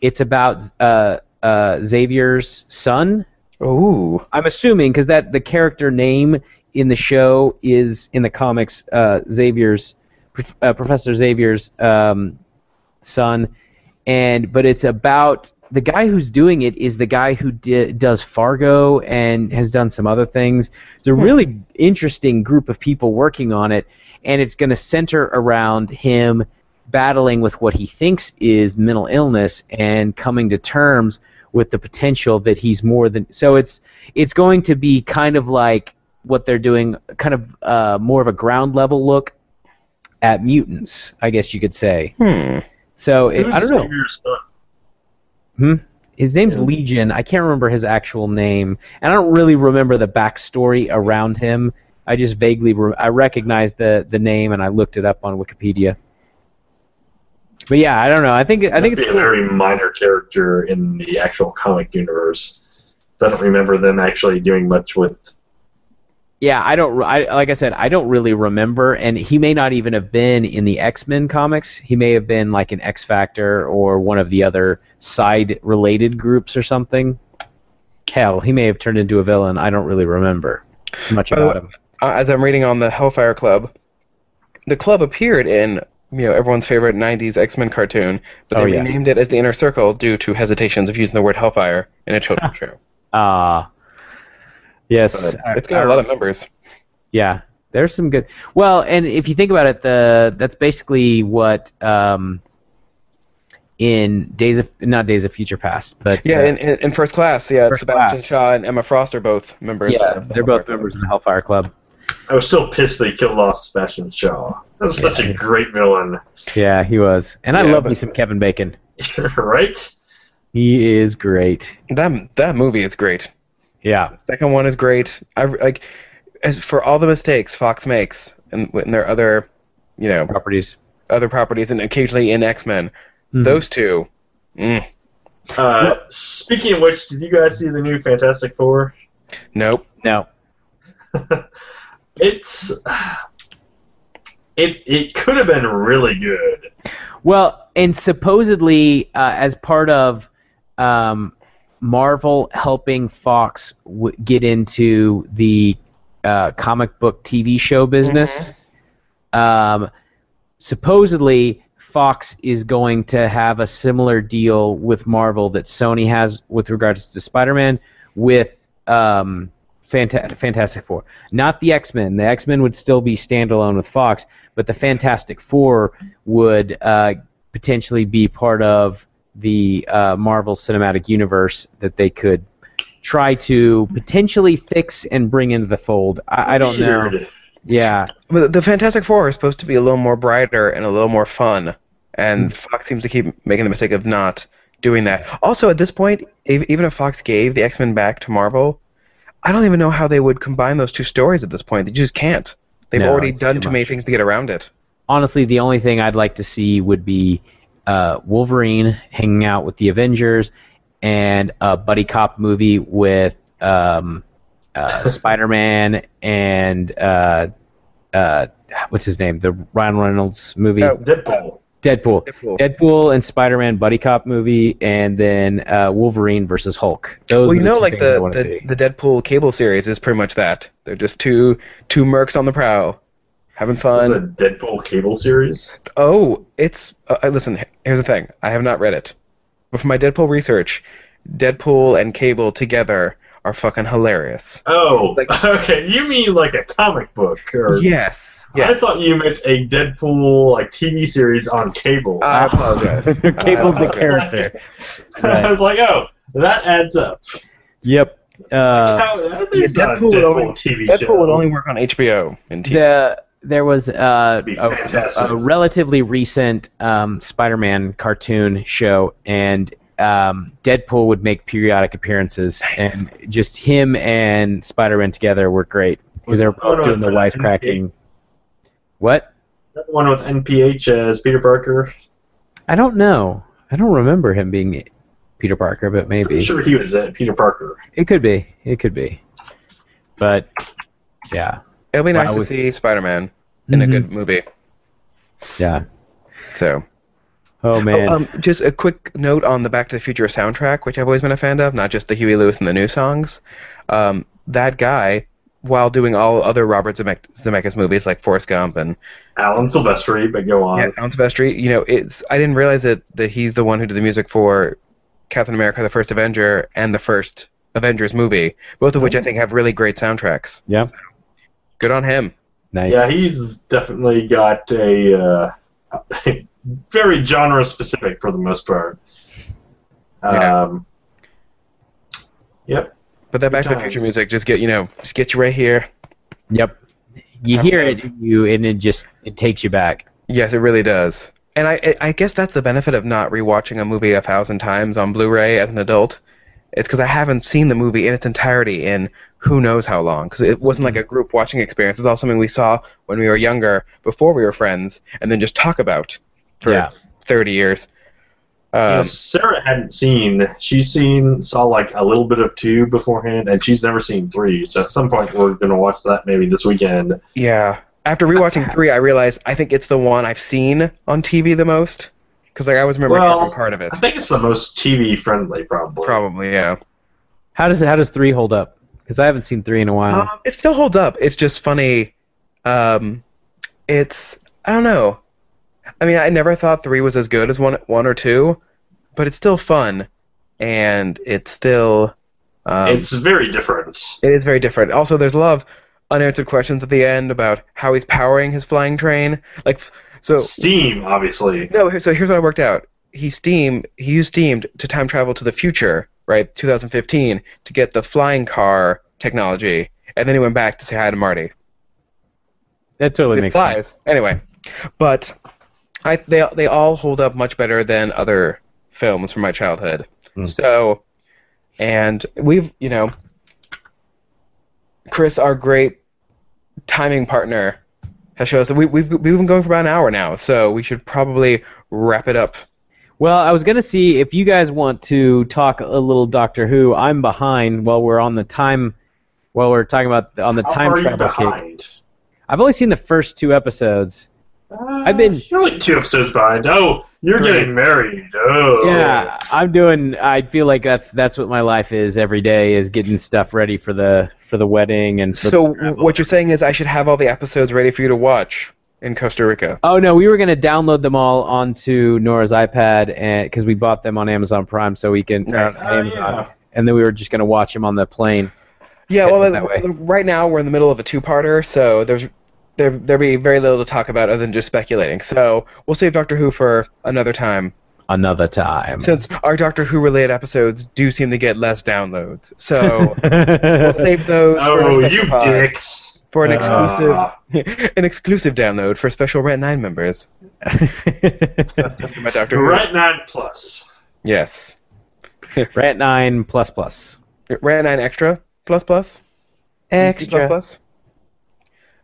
B: It's about uh, uh, Xavier's son.
A: Ooh.
B: I'm assuming because that the character name in the show is in the comics uh, Xavier's prof- uh, Professor Xavier's um, son, and but it's about the guy who's doing it is the guy who di- does Fargo and has done some other things. It's a really interesting group of people working on it, and it's going to center around him battling with what he thinks is mental illness and coming to terms with the potential that he's more than so it's it's going to be kind of like what they're doing kind of uh, more of a ground level look at mutants i guess you could say
A: Hmm.
B: so it, i don't know
C: Xavier's son?
B: his name's
C: Yeah.
B: Legion. I can't remember his actual name, and I don't really remember the backstory around him. I just vaguely re- I recognized the the name, and I looked it up on Wikipedia. But yeah, I don't know. I think I
C: Must
B: think it's
C: be a
B: cool.
C: very minor character in the actual comic universe. I don't remember them actually doing much with.
B: yeah. I don't. re- I like I said, I don't really remember, and he may not even have been in the X Men comics. He may have been like an X Factor or one of the other side related groups or something. Hell, he may have turned into a villain. I don't really remember much
A: By the
B: about
A: way-
B: him.
A: uh, as I'm reading on the Hellfire Club, the club appeared in you know everyone's favorite '90s X-Men cartoon, but they
B: Oh, yeah.
A: renamed it as the Inner Circle due to hesitations of using the word Hellfire in a
B: [LAUGHS]
A: children's show.
B: Ah. yes.
A: But it's got a lot of members.
B: Yeah, there's some good. Well, and if you think about it, the that's basically what um, in Days of not Days of Future Past, but
A: Yeah, in, in, in first class, yeah,
B: First
A: Sebastian
B: Class.
A: Shaw and Emma Frost are both members.
B: yeah,
A: of the
B: they're
A: Hellfire
B: both
A: Club.
B: members of the Hellfire Club.
C: I was still pissed they killed off Sebastian Shaw. That was such a great villain, [LAUGHS]
B: Yeah, he was, and I
A: Yeah,
B: love
A: but-
B: me some Kevin Bacon.
C: right?
B: He is great.
A: That that movie is great.
B: Yeah,
A: Second one is great. I like as for all the mistakes Fox makes and in their other, you know,
B: properties.
A: other properties and occasionally in X Men.
B: Mhm.
A: Those two. Mm,
C: Uh, speaking of which, did you guys see the new Fantastic Four?
A: nope.
B: no,
C: It's it it could have been really good.
B: well, and supposedly uh, as part of um, Marvel helping Fox w- get into the uh, comic book TV show business. Um, supposedly, Fox is going to have a similar deal with Marvel that Sony has with regards to Spider-Man with um, Fanta- Fantastic Four. Not the X-Men. The X-Men would still be standalone with Fox, but the Fantastic Four would uh, potentially be part of the uh, Marvel Cinematic Universe that they could try to potentially fix and bring into the fold. I, I don't know.
C: Weird.
B: Yeah.
A: But the Fantastic Four are supposed to be a little more brighter and a little more fun,
B: Hmm.
A: and Fox seems to keep making the mistake of not doing that. Also, at this point, ev- even if Fox gave the X Men back to Marvel, I don't even know how they would combine those two stories at this point. They just can't. They've
B: No,
A: already
B: it's
A: done
B: too
A: too, many
B: much.
A: things to get around it.
B: honestly, the only thing I'd like to see would be uh, Wolverine hanging out with the Avengers and a buddy cop movie with um, uh, Spider Man and uh, uh, what's his name? The Ryan Reynolds movie,
A: Oh.
C: Deadpool.
B: Deadpool.
A: Deadpool.
B: Deadpool and Spider Man buddy cop movie, and then uh, Wolverine versus Hulk. Those
A: Well,
B: are
A: you
B: the
A: know,
B: two
A: like
B: things I
A: the,
B: want to see.
A: the the Deadpool cable series is pretty much that. They're just two two mercs on the prowl, having fun.
C: the Deadpool cable series.
A: Oh, it's uh, uh, listen. h- Here's the thing. I have not read it, but for my Deadpool research, Deadpool and Cable together are fucking hilarious.
C: Oh,
A: Like-
C: [LAUGHS] okay. You mean like a comic book? Or,
A: Yes.
C: I
A: Yes.
C: thought you meant a Deadpool like TV series on cable.
A: I apologize.
B: Cable's the
A: I-
B: character.
C: [LAUGHS] I was like, oh, that adds up.
B: Yep. Uh,
C: How- I think
A: yeah,
C: it's not
A: Deadpool
C: a
A: would
C: Deadpool
A: only-
C: TV show.
A: Deadpool would only work on HBO and TV.
B: the there was uh,
C: That'd be
B: a,
C: fantastic.
B: a relatively recent um, Spider-Man cartoon show, and um, Deadpool would make periodic appearances,
A: Nice.
B: and just him and Spider-Man together were great because they were
C: Was- oh,
B: both
C: no,
B: doing the
C: it's not
B: wisecracking. What?
C: That one with NPH as Peter Parker.
B: I don't know. I don't remember him being Peter Parker, but
C: I'm
B: maybe
C: sure he was uh, Peter Parker.
B: it could be. It could be. But yeah,
A: It'll be
B: Wow,
A: nice to
B: we-
A: see Spider-Man in a
B: Mhm.
A: good movie.
B: Mm-hmm. yeah.
A: So,
B: Oh man.
A: Oh, um, just a quick note on the Back to the Future soundtrack, which I've always been a fan of, not just the Huey Lewis and the new songs. Um, that guy, while doing all other Robert Zemeck- Zemeckis movies like Forrest Gump and
C: Alan Silvestri, but go on.
A: Yeah, Alan Silvestri. You know, it's I didn't realize that, that he's the one who did the music for Captain America: The First Avenger and the first Avengers movie, both of which I think have really great soundtracks.
B: Yeah.
A: So, good on him.
B: nice.
C: Yeah, he's definitely got a uh, [LAUGHS] very genre specific for the most part.
A: Yeah.
C: Um, Yep.
A: But that Back to the
C: times.
A: Future music just get you know just get you right here.
B: Yep. You
A: I
B: hear
A: love-
B: it, you and it just it takes you back.
A: Yes, it really does. And I I- I guess that's the benefit of not rewatching a movie a thousand times on Blu-ray as an adult. It's because I haven't seen the movie in its entirety in who knows how long. Because it wasn't like a group watching experience. It's all something we saw when we were younger, before we were friends, and then just talk about for
B: Yeah.
A: thirty years. Um,
C: Sarah hadn't seen. She's seen saw like a little bit of two beforehand, and she's never seen three. So at some point, we're gonna watch that maybe this weekend.
A: Yeah. After rewatching three, I realized I think it's the one I've seen on TV the most. Because like I always remember
C: Well,
A: every part of it.
C: I think it's the most TV friendly, probably.
A: Probably, yeah.
B: How does how does three hold up? 'Cause because I haven't seen three in a
C: Uh,
B: while.
A: Um, it still holds up. It's just funny. Um, it's I don't know. I mean, I never thought three was as good as one, one or two, but it's still fun, and it's still. Um,
C: it's very different.
A: It is very different. Also, there's a lot of unanswered questions at the end about how he's powering his flying train. Like, f- so
C: Steam, obviously.
A: no. So here's what I worked out. He steam. He used steam to time travel to the future, right, 2015, to get the flying car technology, and then he went back to say hi to Marty.
B: that totally makes
A: flies.
B: sense.
A: Anyway, but I they they all hold up much better than other films from my childhood.
B: Mm.
A: So, and we've you know, Chris, our great timing partner, has shown us that we, we've we've been going for about an hour now, so we should probably wrap it up.
B: Well, I was gonna see if you guys want to talk a little Doctor Who. I'm behind while we're on the time, while we're talking about on the
C: How
B: time
C: far are you
B: travel. case.
C: behind?
B: I've only seen the first two episodes. I've been-
C: You're like Uh, two episodes behind. Oh, you're
A: Three.
C: getting married. Oh.
B: Yeah, I'm doing. I feel like that's that's what my life is every day is getting stuff ready for the for the wedding and for
A: So
B: the travel.
A: what you're saying is I should have all the episodes ready for you to watch in Costa Rica.
B: Oh no, we were gonna download them all onto Nora's iPad and because we bought them on Amazon Prime, so we can
A: Nice.
B: uh,
C: Oh,
B: Amazon,
C: yeah.
B: and then we were just gonna watch them on the plane.
A: Yeah,
B: Hit
A: well,
B: it that way.
A: right now we're in the middle of a two-parter, so there's there there be very little to talk about other than just speculating. So we'll save Doctor Who for another time,
B: Another time.
A: since our Doctor Who related episodes do seem to get less downloads. So [LAUGHS] we'll save those for,
C: Oh,
A: our
C: you
A: special pod-
C: dicks.
A: for an
B: Uh,
C: Ah.
A: exclusive [LAUGHS] an exclusive download for special Rent Nine members. Talking about Doctor Who.
C: Right nine plus.
A: Yes,
B: [LAUGHS] Rant nine plus plus.
A: Rent Nine Extra plus plus DC plus plus.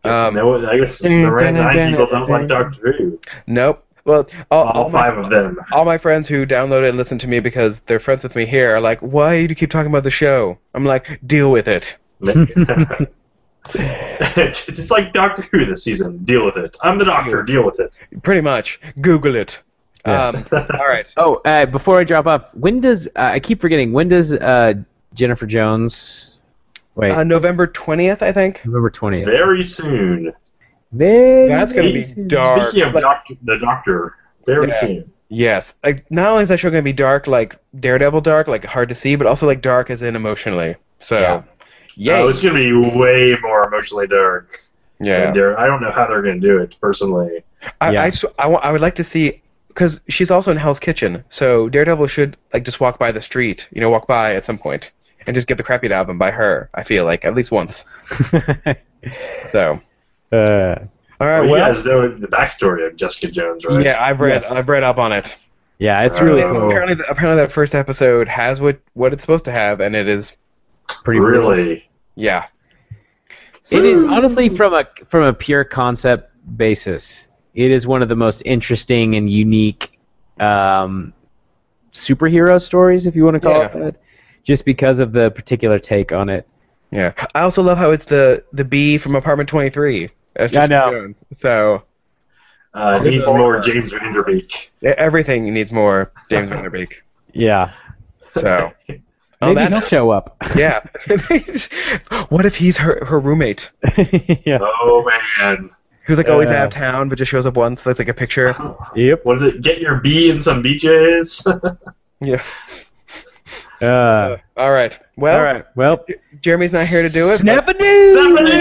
C: Guess
A: Um,
C: no, I guess the right nine people don't like Doctor Who.
A: Nope. Well, all,
C: All
A: all Oh, my
C: five of them.
A: all my friends who downloaded and listened to me because they're friends with me here are like, why do you keep talking about the show? I'm like, deal with it.
C: [LAUGHS] Just like Doctor Who this season. Deal with it. I'm the doctor. Deal with it. [LAUGHS]
A: Pretty much. Google it.
B: Yeah.
A: Um, all right.
B: Oh, uh, before I drop off, when does uh, I keep forgetting? When does uh, Jennifer Jones? Wait,
A: Uh, November 20th, I think.
B: November twentieth.
C: Very soon.
A: That's going to be
B: Amazing.
A: dark.
C: Speaking of
A: Like,
C: doctor, the doctor, very
A: Yeah.
C: soon.
A: yes. Like, not only is that show going to be dark, like Daredevil dark, like hard to see, but also like dark as in emotionally. So, yeah.
C: Oh, it's gonna be way more emotionally dark.
A: yeah.
C: And they're- I don't know how they're gonna do it personally.
A: I,
B: Yeah.
A: I, sw- I, wa- I would like to see because she's also in Hell's Kitchen, so Daredevil should like just walk by the street, you know, walk by at some point and just get the crap beat out of him by her. I feel like at least once.
B: [LAUGHS]
A: So
B: uh,
A: all
C: Well,
A: right,
C: you
A: well,
C: guys know the backstory of Jessica Jones, right?
A: yeah, I've read
B: Yes.
A: I've read up on it. Um,
B: yeah, it's really
C: Uh,
B: cool.
A: Apparently, apparently that first episode has what what it's supposed to have, and it is
B: Pretty brutal.
C: really.
A: yeah.
B: It is honestly from a from a pure concept basis. It is one of the most interesting and unique um, superhero stories, if you want to call it that, just because of the particular take on it.
A: Yeah, I also love how it's the the bee from Apartment Twenty Three.
B: Yeah, I know.
A: So
C: Uh,
A: Good
C: needs
A: lord.
C: more James Vanderbeek.
A: e- everything needs more James Vanderbeek.
B: Yeah,
A: So on
B: [LAUGHS] maybe
A: Oh, that
B: he'll show up. [LAUGHS]
A: Yeah. [LAUGHS] what if he's her, her roommate,
B: yeah.
C: [LAUGHS] Oh man.
A: who's like always
B: Yeah.
A: out of town but just shows up once? That's like a picture.
B: Yep.
C: Was it get your bee in some [LAUGHS] BJ's?
A: Yeah.
B: Uh,
A: All right. Well,
B: all right. Well,
A: Jeremy's not here to do it. but-
B: Snapadoo!
C: Snapadoo!